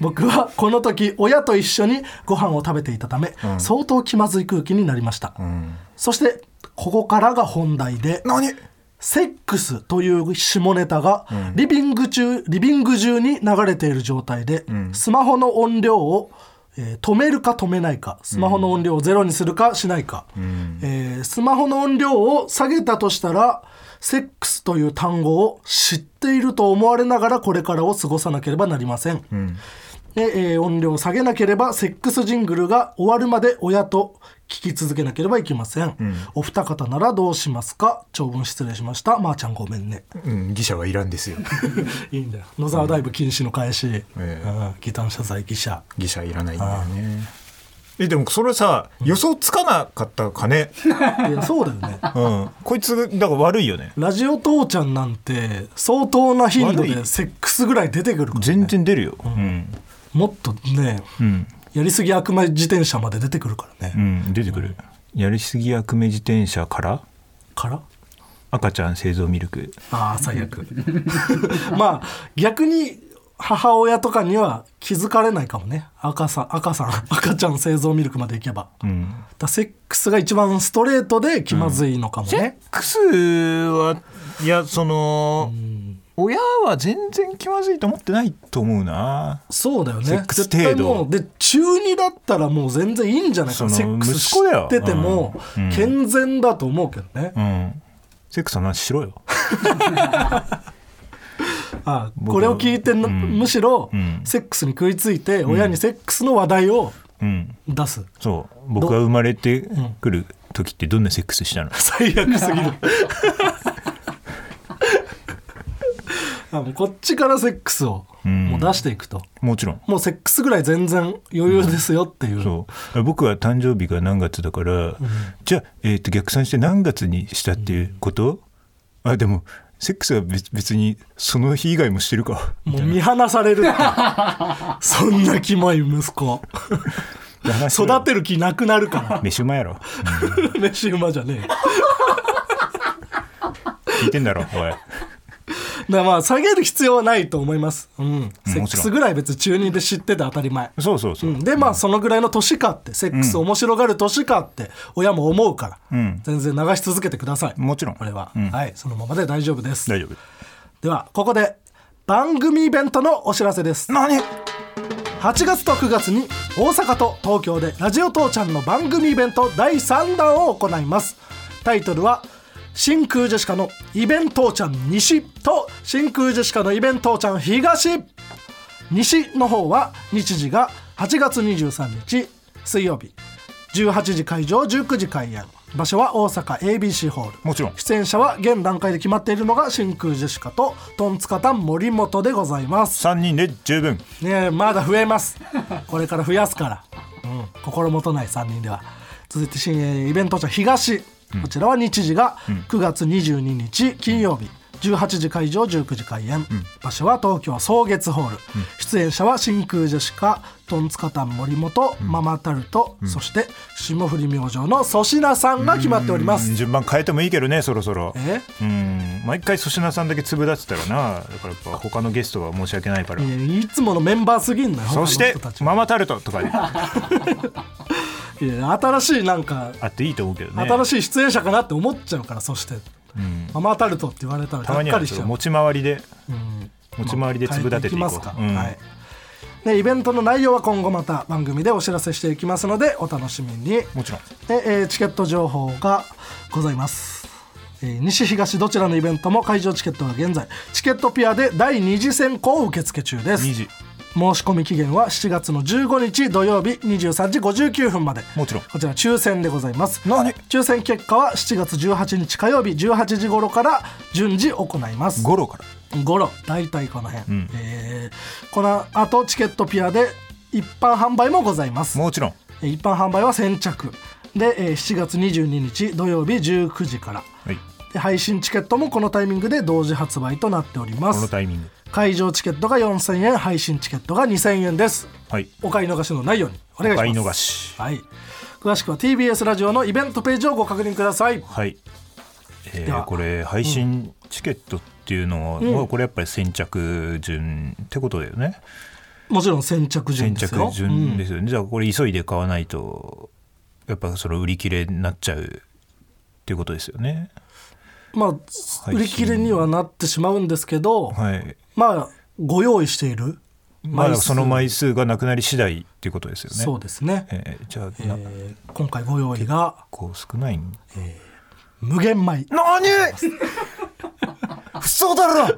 Speaker 3: 僕はこの時親と一緒にご飯を食べていたため、相当気まずい空気になりました、そしてここからが本題で
Speaker 2: 何
Speaker 3: セックスという下ネタがリビング中、リビング中に流れている状態で、スマホの音量を、えー止めるか止めないかスマホの音量をゼロにするかしないか、えースマホの音量を下げたとしたらセックスという単語を知っていると思われながらこれからを過ごさなければなりません、でえー音量を下げなければセックスジングルが終わるまで親と聞き続けなければいけません、お二方ならどうしますか長文失礼しましたまー、ちゃんごめん ね
Speaker 4: うん、記者はいらんですよ。
Speaker 3: いいんだよ野沢ダイブ禁止の返し、
Speaker 4: ええ
Speaker 3: うん、ギター謝罪記者
Speaker 4: 技者いらないんだよね。え、でもそれさ、予想つかなかったか ね。
Speaker 3: いやそうだよね
Speaker 4: うん。こいつ、だから悪いよね。
Speaker 3: ラジオ父ちゃんなんて相当な頻度
Speaker 4: 悪
Speaker 3: で
Speaker 4: い
Speaker 3: セックスぐらい出てくるから、
Speaker 4: 全然出るよ。うん。
Speaker 3: もっとね
Speaker 4: うん。
Speaker 3: やりすぎ悪魔自転車まで出てくるからね、
Speaker 4: うん、出てくる。やりすぎ悪目自転車から
Speaker 3: から
Speaker 4: 赤ちゃん製造ミルク。
Speaker 3: ああ最悪まあ逆に母親とかには気づかれないかもね赤さん赤さん赤ちゃん製造ミルクまでいけば、だか
Speaker 4: うん。
Speaker 3: らセックスが一番ストレートで気まずいのかも
Speaker 4: セッ
Speaker 3: ね、
Speaker 4: クスは、いや、その、親は全然気まずいと思ってないと思うな。
Speaker 3: そうだよね
Speaker 4: セックス
Speaker 3: 絶対
Speaker 4: 程度
Speaker 3: もうで中2だったらもう全然いいんじゃないかな
Speaker 4: その
Speaker 3: セックス
Speaker 4: 息子だよ
Speaker 3: してても
Speaker 4: うんうん
Speaker 3: 健全だと思うけどね、
Speaker 4: うん。セックスの話しろよ。
Speaker 3: ああ
Speaker 4: 僕
Speaker 3: これを聞いてな、
Speaker 4: うん
Speaker 3: むしろ
Speaker 4: うん
Speaker 3: セックスに食いついて親にセックスの話題を
Speaker 4: うん。
Speaker 3: 出す、
Speaker 4: そう僕が生まれてくる時ってどんなセックスしたの、
Speaker 3: 最悪すぎる あもうこっちからセックスを
Speaker 4: うん
Speaker 3: もう出していくと、
Speaker 4: もちろん
Speaker 3: もうセックスぐらい全然余裕ですよっていう,、
Speaker 4: そう僕は誕生日が何月だから、じゃあ、えー、と逆算して何月にしたっていうこと、あでもセックスは別別にその日以外もしてるか
Speaker 3: もう見放されるってそんなキモい息子育てる気なくなるか
Speaker 4: 飯うまいやろ
Speaker 3: ら 飯馬じゃねえ
Speaker 4: 聞いてんだろお
Speaker 3: だ
Speaker 4: い
Speaker 3: からまあ下げる必要はないと思います、うん、セッ
Speaker 4: ろん
Speaker 3: クスぐらい別に中二で知ってて当たり前
Speaker 4: そうそうそう、
Speaker 3: うん、でまあそのぐらいの年かってセックス面白がる年かって親も思うから、
Speaker 4: うん
Speaker 3: 全然流し続けてください
Speaker 4: もちろん
Speaker 3: これは、
Speaker 4: うん
Speaker 3: はいそのままで大丈夫です
Speaker 4: 大丈夫
Speaker 3: ではここで番組イベントのお知らせです
Speaker 4: 何
Speaker 3: 8月と9月に大阪と東京で「ラジオ父ちゃん」の番組イベント第3弾を行いますタイトルは「真空ジェシカのイベントちゃん西」と「真空ジェシカのイベントちゃん東」西の方は日時が8月23日水曜日18時会場19時開演場所は大阪 ABC ホール
Speaker 4: もちろん
Speaker 3: 出演者は現段階で決まっているのが真空ジェシカとトンツカタン森本でございます
Speaker 4: 3人で十分
Speaker 3: ねえまだ増えますこれから増やすから、うん、心もとない3人では続いて新えーイベントじゃ東、こちらは日時が9月22日金曜日、18時会場19時開演、場所は東京草月ホール、出演者は真空ジェシカトンツカタン森本、ママタルト、そして霜降り明星の粗品さんが決まっております、
Speaker 4: 順番変えてもいいけどねそろそろ
Speaker 3: え
Speaker 4: うん毎回粗品さんだけ粒立ってたらなだからやっぱ他のゲストは申し訳ないから
Speaker 3: いやいつものメンバーすぎんのよ
Speaker 4: そし
Speaker 3: 他
Speaker 4: て
Speaker 3: の人たち
Speaker 4: ママタルトとかで
Speaker 3: いや新しいなんか
Speaker 4: あっていいと思うけどね
Speaker 3: 新しい出演者かなって思っちゃうからそして、ママタルトって言われたら
Speaker 4: た
Speaker 3: が
Speaker 4: ま
Speaker 3: っ
Speaker 4: に
Speaker 3: か
Speaker 4: は
Speaker 3: り
Speaker 4: ち
Speaker 3: し
Speaker 4: ょっ
Speaker 3: ちゃ
Speaker 4: と
Speaker 3: う
Speaker 4: 持ち回りで
Speaker 3: うん
Speaker 4: 持ち回りで粒立てていこ
Speaker 3: ま
Speaker 4: う
Speaker 3: あ変えきますか、
Speaker 4: うん
Speaker 3: はいでイベントの内容は今後また番組でお知らせしていきますのでお楽しみに
Speaker 4: もちろん
Speaker 3: で、えーチケット情報がございます、えー西東どちらのイベントも会場チケットは現在チケットピアで第2次選考を受付中です
Speaker 4: 2時
Speaker 3: 申し込み期限は7月の15日土曜日23時59分まで
Speaker 4: もちろん
Speaker 3: こちら抽選でございます
Speaker 4: 何
Speaker 3: 抽選結果は7月18日火曜日18時頃から順次行います
Speaker 4: 五郎から
Speaker 3: 頃大体この辺、
Speaker 4: ん
Speaker 3: えーこの後チケットピアで一般販売もございます
Speaker 4: もちろん
Speaker 3: えー一般販売は先着で、えー7月22日土曜日19時から
Speaker 4: はい
Speaker 3: で配信チケットもこのタイミングで同時発売となっておりま
Speaker 4: この
Speaker 3: す
Speaker 4: タイミング
Speaker 3: 会場チケットが4000円配信チケットが2000円です
Speaker 4: はい
Speaker 3: お買い逃しのないようにお願いします
Speaker 4: 買い逃し
Speaker 3: はい詳しくは TBS ラジオのイベントページをご確認ください
Speaker 4: はいえ
Speaker 3: では
Speaker 4: ーこれ配信チケットっていうのはこれやっぱり先着順ってことだよね
Speaker 3: もちろん先着順
Speaker 4: 先
Speaker 3: です
Speaker 4: 着
Speaker 3: よ
Speaker 4: 順ですよねじゃあこれ急いで買わないとやっぱその売り切れになっちゃうっていうことですよね
Speaker 3: うんまあ
Speaker 4: 配信
Speaker 3: 売り切れにはなってしまうんですけど、
Speaker 4: はい
Speaker 3: まあご用意している
Speaker 4: まあ
Speaker 3: 枚数
Speaker 4: その枚数がなくなり次第っていうことですよね
Speaker 3: そうですね、
Speaker 4: えーじゃあ
Speaker 3: え
Speaker 4: な
Speaker 3: ー今回ご用意が
Speaker 4: こう少ないん
Speaker 3: 無限米
Speaker 4: 何不相だろ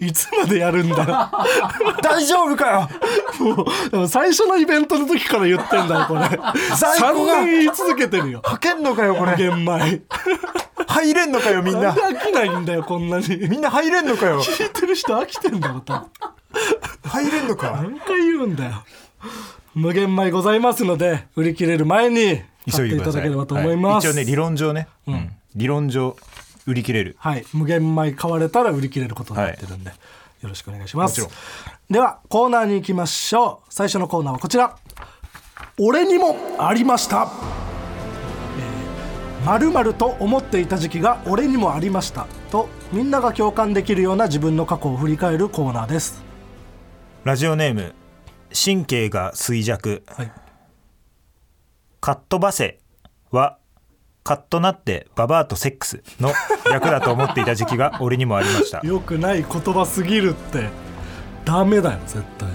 Speaker 3: いつまでやるんだ
Speaker 4: 大丈夫かよ
Speaker 3: もうでも最初のイベントの時から言ってんだよこ れ
Speaker 4: 在庫
Speaker 3: 3
Speaker 4: が
Speaker 3: 年言い続けてるよ
Speaker 4: はけんのかよこれ
Speaker 3: 玄米
Speaker 4: 入れんのかよみん
Speaker 3: なん
Speaker 4: な
Speaker 3: で飽きないんだよこんなに聞
Speaker 4: みんな入れんのかよ
Speaker 3: いてる人飽きてんだよ多分
Speaker 4: 入れんのか
Speaker 3: 何回言うんだよ無限米ございますので売り切れる前に
Speaker 4: 急
Speaker 3: 買って
Speaker 4: いで
Speaker 3: い
Speaker 4: くだ
Speaker 3: た
Speaker 4: さ
Speaker 3: だ
Speaker 4: い
Speaker 3: ければと思います
Speaker 4: はい一応ね理論上ね、うん理論上売り切れる
Speaker 3: はい、無限米買われたら売り切れることになってるんで、よろしくお願いします
Speaker 4: もち
Speaker 3: ではコーナーに行きましょう最初のコーナーはこちら「俺にもありました」まるまると思っていた時期が俺にもありましたとみんなが共感できるような自分の過去を振り返るコーナーです。
Speaker 4: ラジオネーム神経が衰弱
Speaker 3: はい。
Speaker 4: カットバセはカッとなってババアとセックス の略だと思っていた時期が俺にもありました
Speaker 3: 良くない言葉すぎるってダメだよ絶対。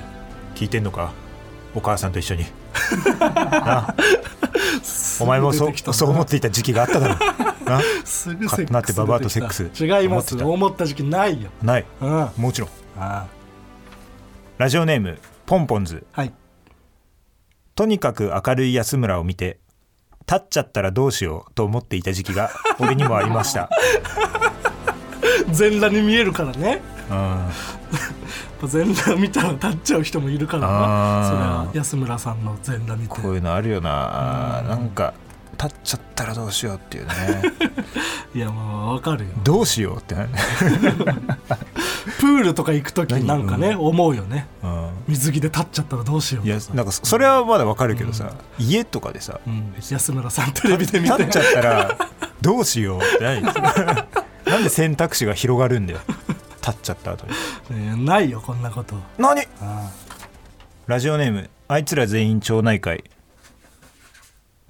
Speaker 4: 聞いてんのかお母さんと一緒になお前も
Speaker 3: すぐ出
Speaker 4: そ
Speaker 3: てきた
Speaker 4: うそう思っていた時期があっただろ な
Speaker 3: すぐ
Speaker 4: カ
Speaker 3: セック
Speaker 4: ッと
Speaker 3: ス
Speaker 4: なってババア
Speaker 3: 出
Speaker 4: と
Speaker 3: きた
Speaker 4: セックス
Speaker 3: 違います。
Speaker 4: 思ってた
Speaker 3: 思った時期ないよ。
Speaker 4: ない
Speaker 3: うん。あ
Speaker 4: もちろん
Speaker 3: あ。
Speaker 4: ラジオネームポンポンズ
Speaker 3: はい。
Speaker 4: とにかく明るい安村を見て立っちゃったらどうしようと思っていた時 期が俺にもありました
Speaker 3: 全裸に見えるからねやっ
Speaker 4: うん
Speaker 3: ぱ全裸見たら立っちゃう人もいるからな
Speaker 4: あー
Speaker 3: それは安村さんの全裸見
Speaker 4: こう
Speaker 3: て
Speaker 4: いうのあるよななんか立っちゃったらどうしようっていうね
Speaker 3: いやもう分かるよ
Speaker 4: どうしようってね、
Speaker 3: プールとか行く時
Speaker 4: 何
Speaker 3: なんかね、思うよね
Speaker 4: うん
Speaker 3: 水着で立っちゃったらどうしよう
Speaker 4: いやなんかそそれはまだわかるけどさ、家とかでさ、
Speaker 3: うん、安村さんテレビで見
Speaker 4: 立
Speaker 3: て
Speaker 4: っちゃったらどうしようって ないなんで選択肢が広がるんだよ立っちゃった後に
Speaker 3: ねないよこんなこと
Speaker 4: 何ラジオネームあいつら全員町内会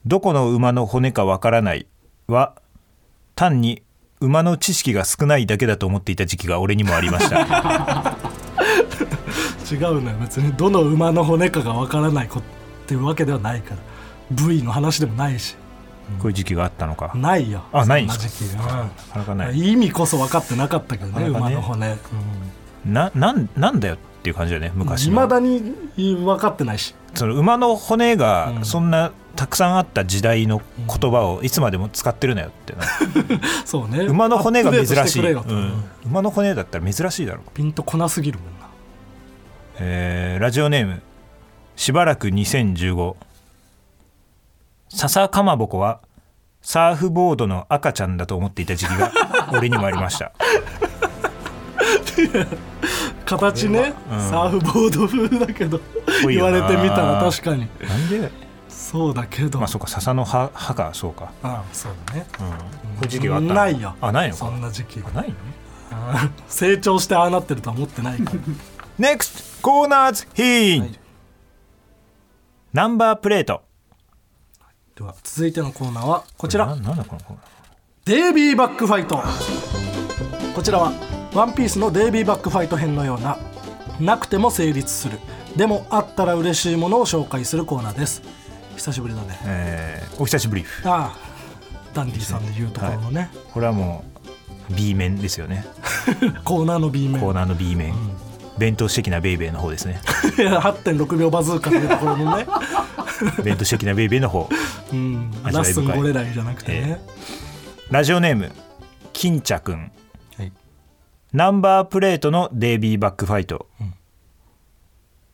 Speaker 4: どこの馬の骨かわからないは 単に馬の知識が少ないだけだと思っていた時期が俺にもありました
Speaker 3: 違うのよ別にどの馬の骨かがわからないこっていうわけではないから部位の話でもないし
Speaker 4: こういう時期があったのかな
Speaker 3: ないよ
Speaker 4: あないん
Speaker 3: そ
Speaker 4: で
Speaker 3: んな
Speaker 4: すか
Speaker 3: 時期、
Speaker 4: かなか
Speaker 3: うん
Speaker 4: ない
Speaker 3: 意味こそ分かってなかったけどね
Speaker 4: なかなか
Speaker 3: 馬
Speaker 4: ね
Speaker 3: の骨、うん
Speaker 4: ななんなんだよっていう感じだよね昔
Speaker 3: いま
Speaker 4: の
Speaker 3: だに分かってないし
Speaker 4: その馬の骨
Speaker 3: う
Speaker 4: が
Speaker 3: ん
Speaker 4: そんなたくさんあった時代の言葉をいつまでも使ってるなよってな
Speaker 3: そうね
Speaker 4: 馬の骨が珍
Speaker 3: アップデート
Speaker 4: してい、
Speaker 3: くれよと
Speaker 4: うん馬の骨だったら珍しいだろう、
Speaker 3: ピンとこなすぎるもんな
Speaker 4: えーラジオネームしばらく2015笹かまぼこはサーフボードの赤ちゃんだと思っていた時期が 俺にもありました
Speaker 3: 形ね、サーフボード風だけど
Speaker 4: ぽい
Speaker 3: 言
Speaker 4: よ
Speaker 3: わ
Speaker 4: な
Speaker 3: れてみたら確かに
Speaker 4: なんで
Speaker 3: そうだけど、
Speaker 4: まあそうか笹の葉葉かそうか、
Speaker 3: あそうだね、
Speaker 4: うん、こういう時期があったの
Speaker 3: ないよ
Speaker 4: あないの
Speaker 3: そ
Speaker 4: か
Speaker 3: んな時期
Speaker 4: あないのね
Speaker 3: あー成長してああなってるとは思ってない から
Speaker 4: NEXT コーナーズヒント、
Speaker 3: はい
Speaker 4: ナンバープレート
Speaker 3: では続いてのコーナーはこちら
Speaker 4: ななんだこのコーナー
Speaker 3: デイビーバックファイトこちらは「ワンピースのデイビーバックファイト編のようななくても成立するでもあったら嬉しいものを紹介するコーナーです久しぶりだね
Speaker 4: えーお久しぶり
Speaker 3: ああダンディさんの言うところのね、
Speaker 4: これはもう B 面ですよね
Speaker 3: コーナーの B 面
Speaker 4: コーナーの B 面、弁当主的なベイベーの方ですね
Speaker 3: い や8.6秒バズーカというところのね、
Speaker 4: 弁当主的なベイベーの方
Speaker 3: うん、
Speaker 4: 味わい深い
Speaker 3: ラッスンゴレライじゃなくてね、
Speaker 4: ラジオネーム金茶くん
Speaker 3: はい
Speaker 4: ナンバープレートのデイビーバックファイト、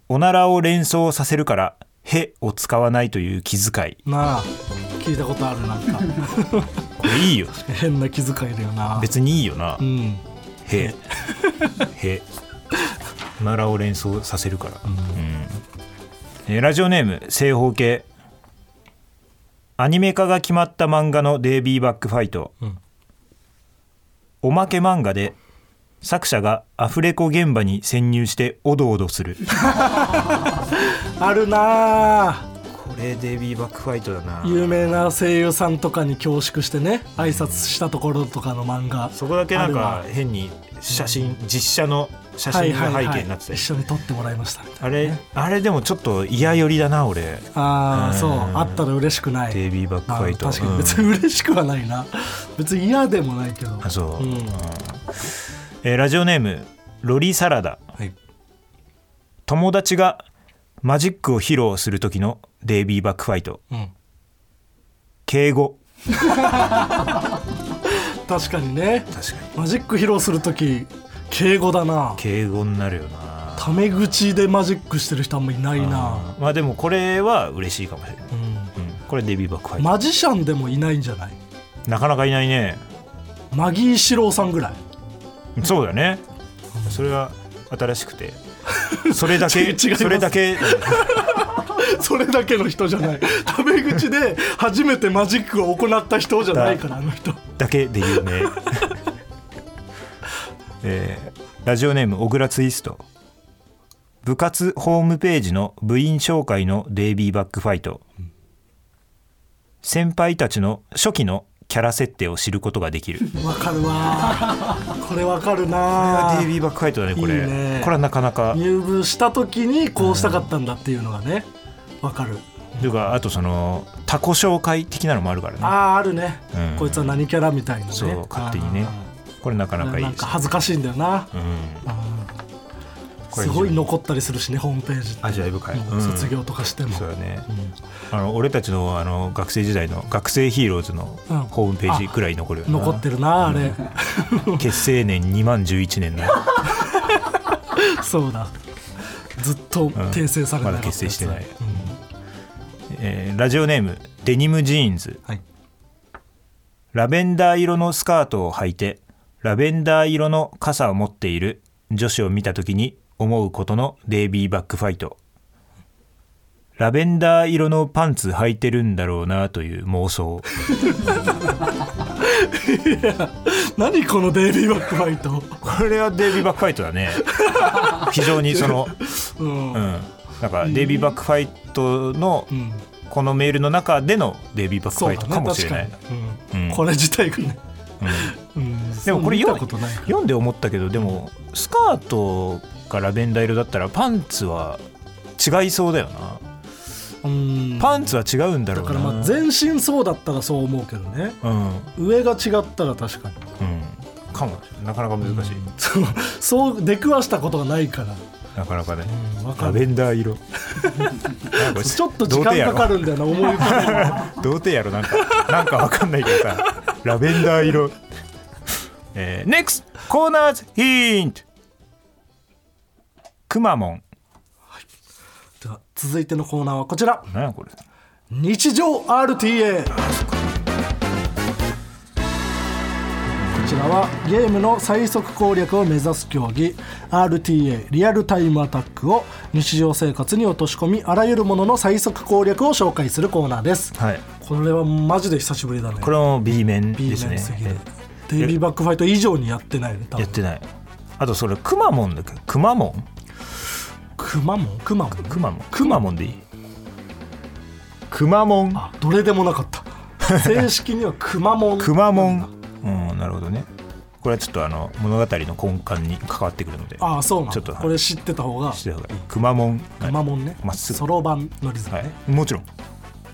Speaker 4: おならを連想させるから「へ」を使わないという気遣い
Speaker 3: なあ聞いたことあるなんか
Speaker 4: これいいよ
Speaker 3: 変な気遣いだよな
Speaker 4: 別にいいよな
Speaker 3: う、ん
Speaker 4: へへおならを連想させるから、うんえーラジオネーム正方形アニメ化が決まった漫画のデイビーバックファイト、
Speaker 3: うん
Speaker 4: おまけ漫画で作者がアフレコ現場に潜入しておどおどする
Speaker 3: あるなあ
Speaker 4: これデイビーバックファイトだな
Speaker 3: 有名な声優さんとかに恐縮してね挨拶したところとかの漫画
Speaker 4: そこだけなん
Speaker 3: あ
Speaker 4: か
Speaker 3: る
Speaker 4: 変に写真実写の写
Speaker 3: はい
Speaker 4: 真
Speaker 3: は
Speaker 4: が
Speaker 3: いは
Speaker 4: 背
Speaker 3: い
Speaker 4: 景になってた
Speaker 3: 一緒
Speaker 4: り
Speaker 3: に撮ってもらいましたみたいな
Speaker 4: あれあれでもちょっと嫌寄りだな俺
Speaker 3: ああ
Speaker 4: うん
Speaker 3: そうあったら嬉しくない
Speaker 4: デイビーバックファイト
Speaker 3: あー確か
Speaker 4: う
Speaker 3: に 別に
Speaker 4: ん
Speaker 3: 嬉しくはないな別に嫌でもないけど
Speaker 4: あそう、
Speaker 3: うん
Speaker 4: えーラジオネームロリサラダ
Speaker 5: はい
Speaker 4: 友達がマジックを披露する時のデイビーバックファイト
Speaker 5: うん
Speaker 4: 敬語
Speaker 3: 確かにね
Speaker 4: 確かに
Speaker 3: マジック披露する時敬語だな
Speaker 4: 敬語になるよな
Speaker 3: タメ口でマジックしてる人あんまいないな
Speaker 4: まあでもこれは嬉しいかもしれない、
Speaker 3: うん
Speaker 4: うんこれデイビーバックファイト、
Speaker 3: マジシャンでもいないんじゃない
Speaker 4: なかなかいないね
Speaker 3: マギー四郎さんぐらい
Speaker 4: そうだねそれは新しくてそれだ
Speaker 3: 違い
Speaker 4: け
Speaker 3: ます
Speaker 4: それだけ
Speaker 3: それだけの人じゃないタメ口で初めてマジックを行った人じゃないからあの人
Speaker 4: だけで有 名えーラジオネーム小倉ツイスト部活ホームページの部員紹介のデイビーバックファイト、先輩たちの初期のキャラ設定を知ることができる
Speaker 3: わかるわ これわかるな
Speaker 4: デイビーバックファイトだねこれ
Speaker 3: いいね
Speaker 4: これはなかなか
Speaker 3: 入部した時にこうしたかったんだっていうのがねわかる
Speaker 4: というかあとその他己紹介的なのもあるからね
Speaker 3: あーあるね、
Speaker 4: うん
Speaker 3: こいつは何キャラみたいなね
Speaker 4: そう勝手にねこれなか
Speaker 3: あー
Speaker 4: なかいい
Speaker 3: なん
Speaker 4: です
Speaker 3: か恥ずかしいんだよな、
Speaker 4: うんこれ
Speaker 3: すごい残ったりするしねホームページって
Speaker 4: 味わい深い
Speaker 3: もう
Speaker 4: うん
Speaker 3: 卒業とかしても、
Speaker 4: そうだね、あの俺たちのあの学生時代の学生ヒーローズの
Speaker 3: うん
Speaker 4: ホームページくらい残るよな
Speaker 3: 残ってるなあれ、
Speaker 4: 結成年2万11年の
Speaker 3: そうだずっと訂正され
Speaker 4: ま
Speaker 3: な
Speaker 4: だ
Speaker 3: かったやつ
Speaker 4: 結成して ない、えーラジオネームデニムジーンズ
Speaker 5: はい
Speaker 4: ラベンダー色のスカートを履いてラベンダー色の傘を持っている女子を見た時に思うことのデイビーバックファイトラベンダー色のパンツ履いてるんだろうなという妄想
Speaker 3: 何このデイビーバックファイト、
Speaker 4: これはデイビーバックファイト だね非常にその
Speaker 3: うん
Speaker 4: うんなんかデイビーバックファイトの
Speaker 3: うん
Speaker 4: このメールの中でのデイビーバックフ
Speaker 3: そ
Speaker 4: ァ
Speaker 3: う
Speaker 4: イ
Speaker 3: だ
Speaker 4: ト
Speaker 3: ね
Speaker 4: かもしれない、
Speaker 3: 確かに、
Speaker 4: うん
Speaker 3: これ自体がね、うん
Speaker 4: でもこれ
Speaker 3: そう見た
Speaker 4: 読
Speaker 3: ことないから
Speaker 4: 読んで思ったけどでもスカートがラベンダー色だったらパンツは違いそうだよな
Speaker 3: うん
Speaker 4: パンツは違うんだろ
Speaker 3: だ
Speaker 4: う
Speaker 3: か
Speaker 4: な
Speaker 3: らまあ全身そうだったらそう思うけどね
Speaker 4: うん
Speaker 3: 上が違ったら確かに
Speaker 4: うんかもしれないなかなか難しい、
Speaker 3: そうそう出くわしたことがないから
Speaker 4: なかなかね、
Speaker 3: わか
Speaker 4: ラ
Speaker 3: る
Speaker 4: ベンダー色なんこれ
Speaker 3: ちょっと時間かかるんだよな思い浮かべる
Speaker 4: 童貞やろなんか なんかわかんないけどさラベンダー色えー、NEXT コーナーズヒントくまモン
Speaker 3: では続いてのコーナーはこちら
Speaker 4: 何やこれ
Speaker 3: 日常 RTA こちらはゲームの最速攻略を目指す競技 RTA リアルタイムアタックを日常生活に落とし込みあらゆるものの最速攻略を紹介するコーナーです
Speaker 4: はい
Speaker 3: これはマジで久しぶりだね
Speaker 4: これも B 面
Speaker 3: B
Speaker 4: ですね
Speaker 3: 面すぎるデイビーバックファイト以上にやってないね多
Speaker 4: やっ
Speaker 3: 分
Speaker 4: てないあとそれくまモンだっけくまモン
Speaker 3: くまモンくまモン
Speaker 4: くまモンくまモンでいいくまモン
Speaker 3: あどれでもなかった正式にはくまモン
Speaker 4: くまモンうんなるほどねこれはちょっとあの物語の根幹に関わってくるので
Speaker 3: ああそうなん
Speaker 4: ちょっとはい
Speaker 3: これ知ってた方が
Speaker 4: してた方がいいくまモン
Speaker 3: くまモンね
Speaker 4: まっすぐ
Speaker 3: そろばんのリズムね、
Speaker 4: はい、もちろん、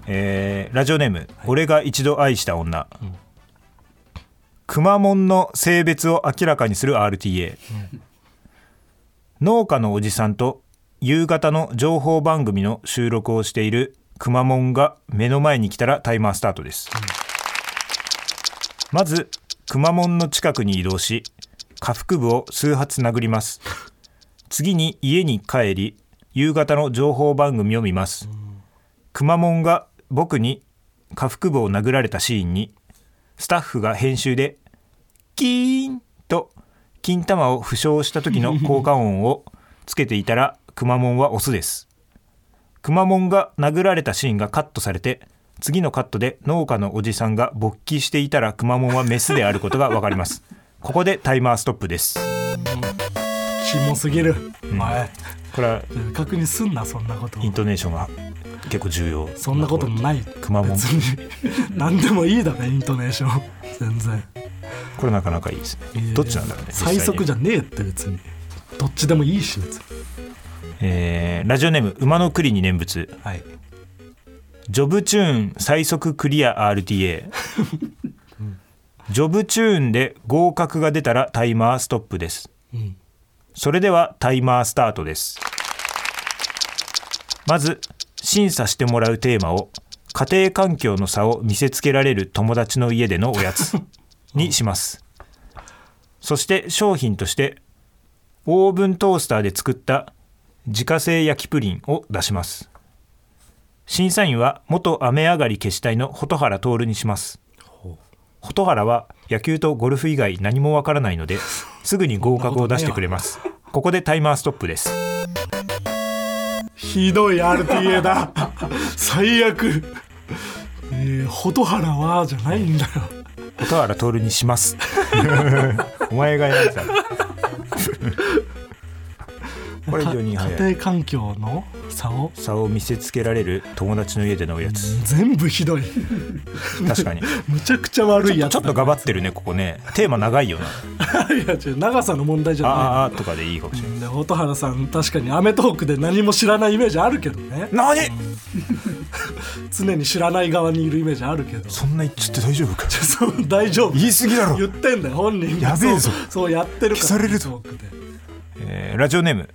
Speaker 4: えーラジオネーム、俺が一度愛した女」くまモンの性別を明らかにする RTA、農家のおじさんと夕方の情報番組の収録をしているくまモンが目の前に来たらタイマースタートです、まずくまモンの近くに移動し下腹部を数発殴ります次に家に帰り夕方の情報番組を見ます、くまモンが僕に下腹部を殴られたシーンにスタッフが編集で「キーン!」と金玉を負傷した時の効果音をつけていたらくまモンはオスですくまモンが殴られたシーンがカットされて次のカットで農家のおじさんが勃起していたらくまモンはメスであることが分かります ここでタイマーストップです
Speaker 3: キモすぎる、おい
Speaker 4: これは
Speaker 3: 確認すんなそんなこと
Speaker 4: イントネーションが結構重要
Speaker 3: そんなことない
Speaker 4: くまモン
Speaker 3: 別に 何でもいいだろイントネーション全然
Speaker 4: これなかなかいいですねどっちなんだろうね
Speaker 3: 最速じ
Speaker 4: ゃ、
Speaker 3: ゃねえって別にどっちでもいいし別に
Speaker 4: えーラジオネーム馬の栗に念仏
Speaker 5: はい
Speaker 4: ジョブチューン最速クリア RTA ジョブチューンで合格が出たらタイマーストップです、それではタイマースタートですまず審査してもらうテーマを家庭環境の差を見せつけられる友達の家でのおやつにします、そして商品としてオーブントースターで作った自家製焼きプリンを出します審査員は元雨上がり決死隊の蛍原徹にします蛍原は野球とゴルフ以外何もわからないのですぐに合格を出してくれますここでタイマーストップです
Speaker 3: ひどい RTA だ最悪えー、蛍原はじゃないんだよ
Speaker 4: 蛍原徹にしますお前が選んだこ れ非常に
Speaker 3: か
Speaker 4: 早
Speaker 3: 家
Speaker 4: い
Speaker 3: 庭環境の差を
Speaker 4: 差を見せつけられる友達の家でのおやつ
Speaker 3: 全部ひどい
Speaker 4: 確かにち
Speaker 3: むちゃくちゃ悪いや
Speaker 4: ょ
Speaker 3: つ
Speaker 4: っとがばってるねここねテーマ長いよ な
Speaker 3: いや違う長さの問題じゃない
Speaker 4: あーあーとかでいいかもしれ
Speaker 3: で蛍原さん確かに『アメトーーク』で何も知らないイメージあるけどね
Speaker 4: ない何
Speaker 3: 常に知らない側にいるイメージあるけど
Speaker 4: そんな言っちゃって大丈夫 か
Speaker 3: そう大丈夫
Speaker 4: 言い過ぎだろ
Speaker 3: 言ってんだよ本人が
Speaker 4: やべえぞ
Speaker 3: そうそうやってるから
Speaker 4: 消される
Speaker 3: ぞで
Speaker 4: えーラジオネーム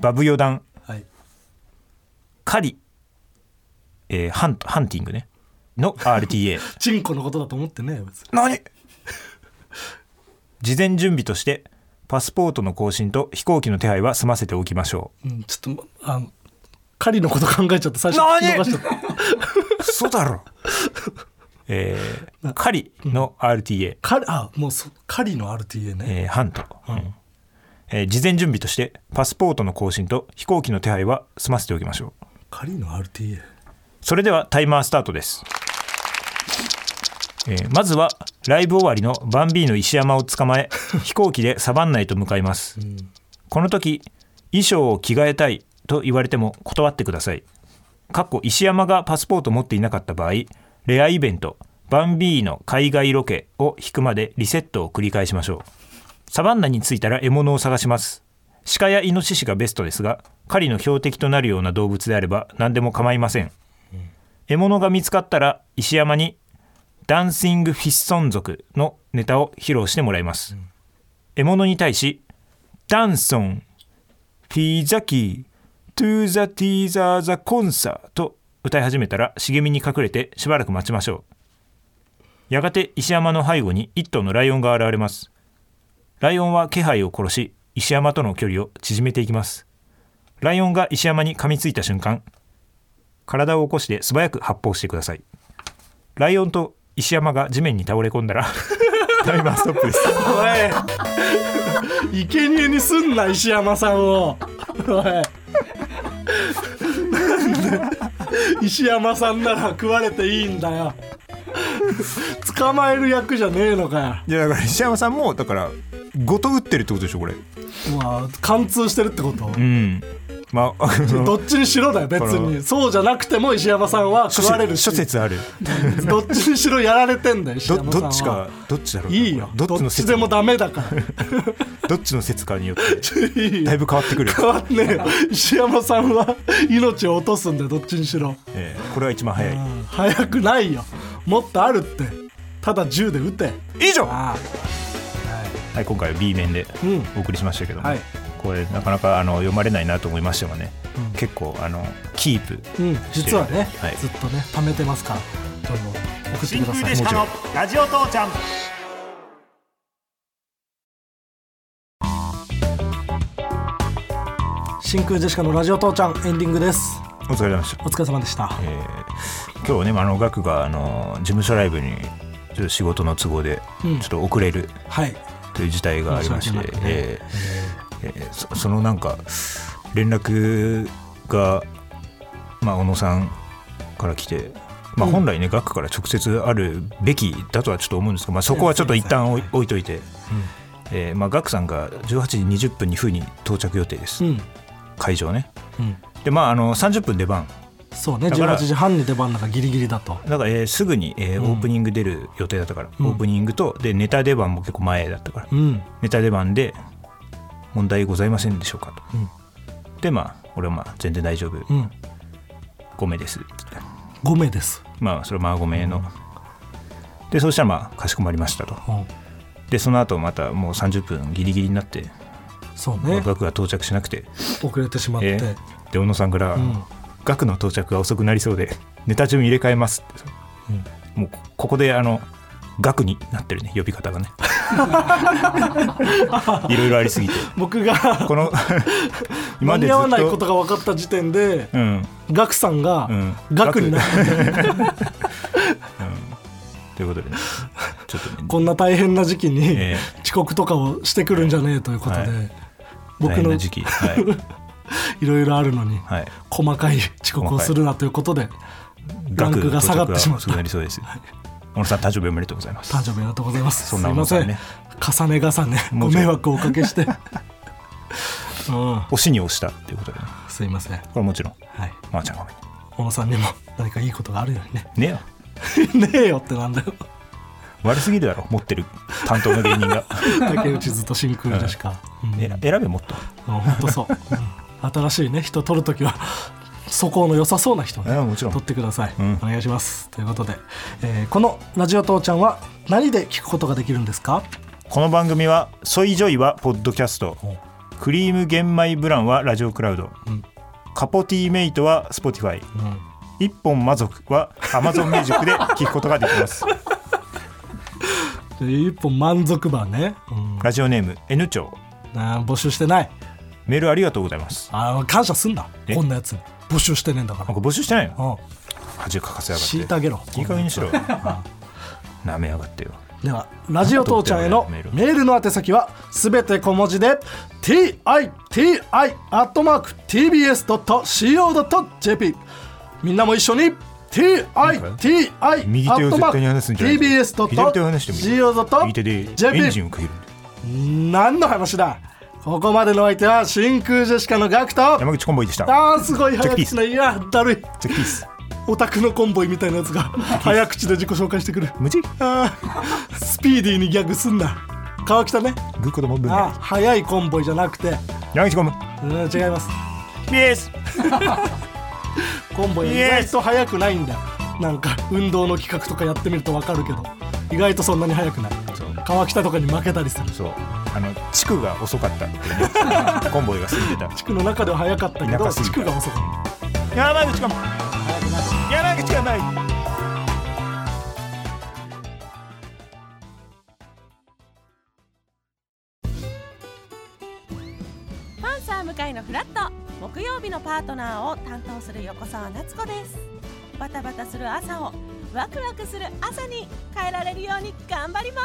Speaker 4: バブヨダン
Speaker 3: はい
Speaker 4: 狩り、えーハントハンティングねの RTA
Speaker 3: チンコのことだと思ってね別に
Speaker 4: 何事前準備としてパスポートの更新と飛行機の手配は済ませておきましょ
Speaker 3: うん、ちょっとあの狩りのこと考えちゃって最初聞き逃しちゃった
Speaker 4: うそうだろ えー、狩りの RTA、
Speaker 3: 狩りあもうそ狩りの RTA ね、
Speaker 4: えーハント、えー事前準備としてパスポートの更新と飛行機の手配は済ませておきましょう
Speaker 3: 狩りの RTA
Speaker 4: それではタイマースタートです、えーまずはライブ終わりのバンビーの石山を捕まえ飛行機でサバンナへと向かいます、この時衣装を着替えたいと言われても断ってくださいかっこ石山がパスポート持っていなかった場合レアイベントバンビーの海外ロケを引くまでリセットを繰り返しましょうサバンナに着いたら獲物を探します鹿やイノシシがベストですが狩りの標的となるような動物であれば何でも構いません獲物が見つかったら石山に「ダンシング・フィッソン族」のネタを披露してもらいます、獲物に対し「ダンソン」「フィーザキー」「トゥーザ・ティーザー・ザ・コンサー」と歌い始めたら茂みに隠れてしばらく待ちましょうやがて石山の背後に一頭のライオンが現れますライオンは気配を殺し石山との距離を縮めていきますライオンが石山に噛みついた瞬間体を起こして素早く発砲してくださいライオンと石山が地面に倒れ込ん だらタイマーストップです
Speaker 3: おい生贄にすんな石山さんをおいなんで石山さんなら食われていいんだよ捕まえる役じゃねえのか
Speaker 4: いやだから石山さんもだからごと打ってるってことでしょこれ
Speaker 3: よまあ貫通してるってこと、
Speaker 4: うんまあ あの
Speaker 3: どっちにしろだよ別
Speaker 4: こ
Speaker 3: に
Speaker 4: の
Speaker 3: そうじゃなくても石山さんは
Speaker 4: 諸
Speaker 3: 食われる
Speaker 4: 説
Speaker 3: し
Speaker 4: 諸説ある
Speaker 3: どっちにしろやられてんだよ石
Speaker 4: ど
Speaker 3: 山さんは
Speaker 4: どっちかどっちだろうない
Speaker 3: いよ
Speaker 4: ど
Speaker 3: ど
Speaker 4: っちの
Speaker 3: っち
Speaker 4: 説
Speaker 3: でもダメだから
Speaker 4: どっちの説かによって
Speaker 3: いいよ
Speaker 4: だいぶ変わってくる、
Speaker 3: 変わんねえよ石山さんは命を落とすんだよどっちにしろ、
Speaker 4: ええこれは一番早い
Speaker 3: うん早くないよもっとあるってただ銃で撃て
Speaker 4: 以上は
Speaker 3: あ
Speaker 4: い今回は B 面で
Speaker 3: うん
Speaker 4: お送りしましたけども、
Speaker 3: はい
Speaker 4: これなかなかあの読まれないなと思いましたがね、
Speaker 3: うん
Speaker 4: 結構あのキープ
Speaker 3: あうん実はね、
Speaker 4: はい
Speaker 3: ずっとね貯めてますからどんどん送ってください
Speaker 4: もちろん
Speaker 5: ラジオ父ちゃん
Speaker 3: 真空ジェシカのラジオ父ちゃんエンディングです
Speaker 4: お疲れ様でした
Speaker 3: お疲れ様でした
Speaker 4: えー今日はねあのガクがあの事務所ライブにちょっと仕事の都合でち
Speaker 3: う
Speaker 4: ょ
Speaker 3: ん
Speaker 4: っと遅れる
Speaker 3: はい
Speaker 4: という事態がありまして、
Speaker 3: 申し訳なくてね
Speaker 4: えーえーそそのなんか連絡が、まあ、小野さんから来て。まあ、
Speaker 3: うん
Speaker 4: 本来ね、ガクから直接あるべきだとはちょっと思うんですけど、まあ、そこはちょっと一旦置い置いといて、えーまあ、ガクさんが18時20分に風に到着予定です、
Speaker 3: うん
Speaker 4: 会場ね
Speaker 3: うん
Speaker 4: でまああの30分出番
Speaker 3: そうね
Speaker 4: だから
Speaker 3: 18時半に出番だからギリギリだと
Speaker 4: だから、えーすぐに、えーオープニング出る予定だったから、
Speaker 3: うん
Speaker 4: オープニングとでネタ出番も結構前だったから、
Speaker 3: うん
Speaker 4: ネタ出番で「問題ございませんでしょうかと」
Speaker 3: うん
Speaker 4: でまあ俺はまあ全然大丈夫、
Speaker 3: うん
Speaker 4: ごめんですって
Speaker 3: 5名です、
Speaker 4: まあそれはまあごめんの、でそうしたらまあかしこまりましたと
Speaker 3: うん
Speaker 4: でその後またもう30分ギリギリになって
Speaker 3: そうね
Speaker 4: 額が到着しなくて、
Speaker 3: 遅れてしまって、
Speaker 4: えーで小野さんから、
Speaker 3: ん
Speaker 4: 額の到着が遅くなりそうでネタ順入れ替えますって、もうここであの額になってるね呼び方 がねいろいろありすぎて
Speaker 3: 僕が
Speaker 4: この
Speaker 3: 間
Speaker 4: 今まで
Speaker 3: に
Speaker 4: ず
Speaker 3: 合
Speaker 4: っと
Speaker 3: わないことが分かった時点で、
Speaker 4: うん
Speaker 3: ガクさんが
Speaker 4: うん
Speaker 3: 額になってて、
Speaker 4: ということでねちょっとね
Speaker 3: こんな大変な時期に
Speaker 4: え
Speaker 3: 遅刻とかをしてくるんじゃねえということで、
Speaker 4: はい
Speaker 3: 僕
Speaker 4: 大変
Speaker 3: の
Speaker 4: ない時期はい、
Speaker 3: ろいろあるのに、
Speaker 4: はい、
Speaker 3: 細かい遅刻をするなということで ランクが下がってしまった
Speaker 4: 額の到着が遅くなりそうです小野さん誕生日おめでとうございます
Speaker 3: 誕生日おめでとうございます
Speaker 4: そんなもん
Speaker 3: すいません、
Speaker 4: ね
Speaker 3: 重ね重ね
Speaker 4: も
Speaker 3: ご
Speaker 4: うちょい
Speaker 3: 迷惑をおかけして うん
Speaker 4: 押しに押したっていうことでね
Speaker 3: すいません
Speaker 4: これもちろん
Speaker 3: はい
Speaker 4: まー、ちゃんごめん
Speaker 3: 小野さんにも何かいいことがあるようにね
Speaker 4: ねえよ
Speaker 3: ねえよってなんだよ
Speaker 4: 悪すぎるだろ持ってる担当の 芸人が
Speaker 3: 竹内ずっと真空ジェシカ、うん
Speaker 4: えら選べもっと
Speaker 3: うんほんとそう、うん新しいね人取るときは 素行の良さそうな人をね、
Speaker 4: うんもちろん
Speaker 3: 取ってください、
Speaker 4: うん
Speaker 3: お願いしますということで、えーこの「ラジオ父ちゃん」は何で聞くことができるんですか
Speaker 4: この番組は「ソイジョイ」はポッドキャスト「クリーム玄米ブラン」はラジオクラウド、
Speaker 3: ん
Speaker 4: カポティメイトは Spotify、一本魔族は Amazon ミュージックで聞くことができます。
Speaker 3: で一本満足版ね、
Speaker 4: ラジオネーム N 長
Speaker 3: あー募集してない
Speaker 4: メールありがとうございます。
Speaker 3: あー感謝すんな
Speaker 4: え
Speaker 3: こんなやつに募集してねえんだか
Speaker 4: な
Speaker 3: ら
Speaker 4: んか募集してないの
Speaker 3: うん
Speaker 4: 恥かかせや
Speaker 3: 敷いて
Speaker 4: がっ
Speaker 3: あげろ
Speaker 4: て。いい加減にしろ。なめやがってよ。
Speaker 3: ではラジオ父ちゃんへの
Speaker 4: メール
Speaker 3: メールの宛先はすべて小文字で TITI.tbs.co.jp みんなも一緒に TITI
Speaker 4: 右手を絶対に離すんじゃない
Speaker 3: TBS.
Speaker 4: 左手を離してみる。右手でエンジ
Speaker 3: .co.jp
Speaker 4: ンをかける。
Speaker 3: 何の話だここまでのお相手は真空ジェシカのガクト
Speaker 4: 山口コンボイでした。チ
Speaker 3: あーすごい早口ないやだるい
Speaker 4: ェックピース。
Speaker 3: オタクのコンボイみたいなや つが早口で自己紹介してくる
Speaker 4: 無事
Speaker 3: あースピーディーにギャグすんな川北ね
Speaker 4: グッコドモブン
Speaker 3: あ早いコンボイじゃなくて、
Speaker 4: 山口コンボイ。
Speaker 3: うん、違います
Speaker 4: ピース
Speaker 3: コンボイ
Speaker 4: イ
Speaker 3: 意
Speaker 4: エ
Speaker 3: 外
Speaker 4: ス
Speaker 3: と速くないんだよなんか運動の企画とかやってみると分かるけど意外とそんなに速くない
Speaker 4: そう
Speaker 3: 川北とかに負けたりする
Speaker 4: そうあの地区が遅かったっていうねコンボイが住んでた
Speaker 3: 地区の中では速かったけど
Speaker 4: 田舎すぎ
Speaker 3: 地
Speaker 4: た
Speaker 3: 区が遅かった
Speaker 4: 山口コンボイ山口がない
Speaker 5: パンサー向かいのフラット木曜日のパートナーを担当する横澤夏子ですバタバタする朝をワクワクする朝に変えられるように頑張りま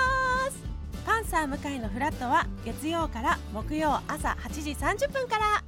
Speaker 5: すパンサー向かいのフラットは月曜から木曜朝8時30分から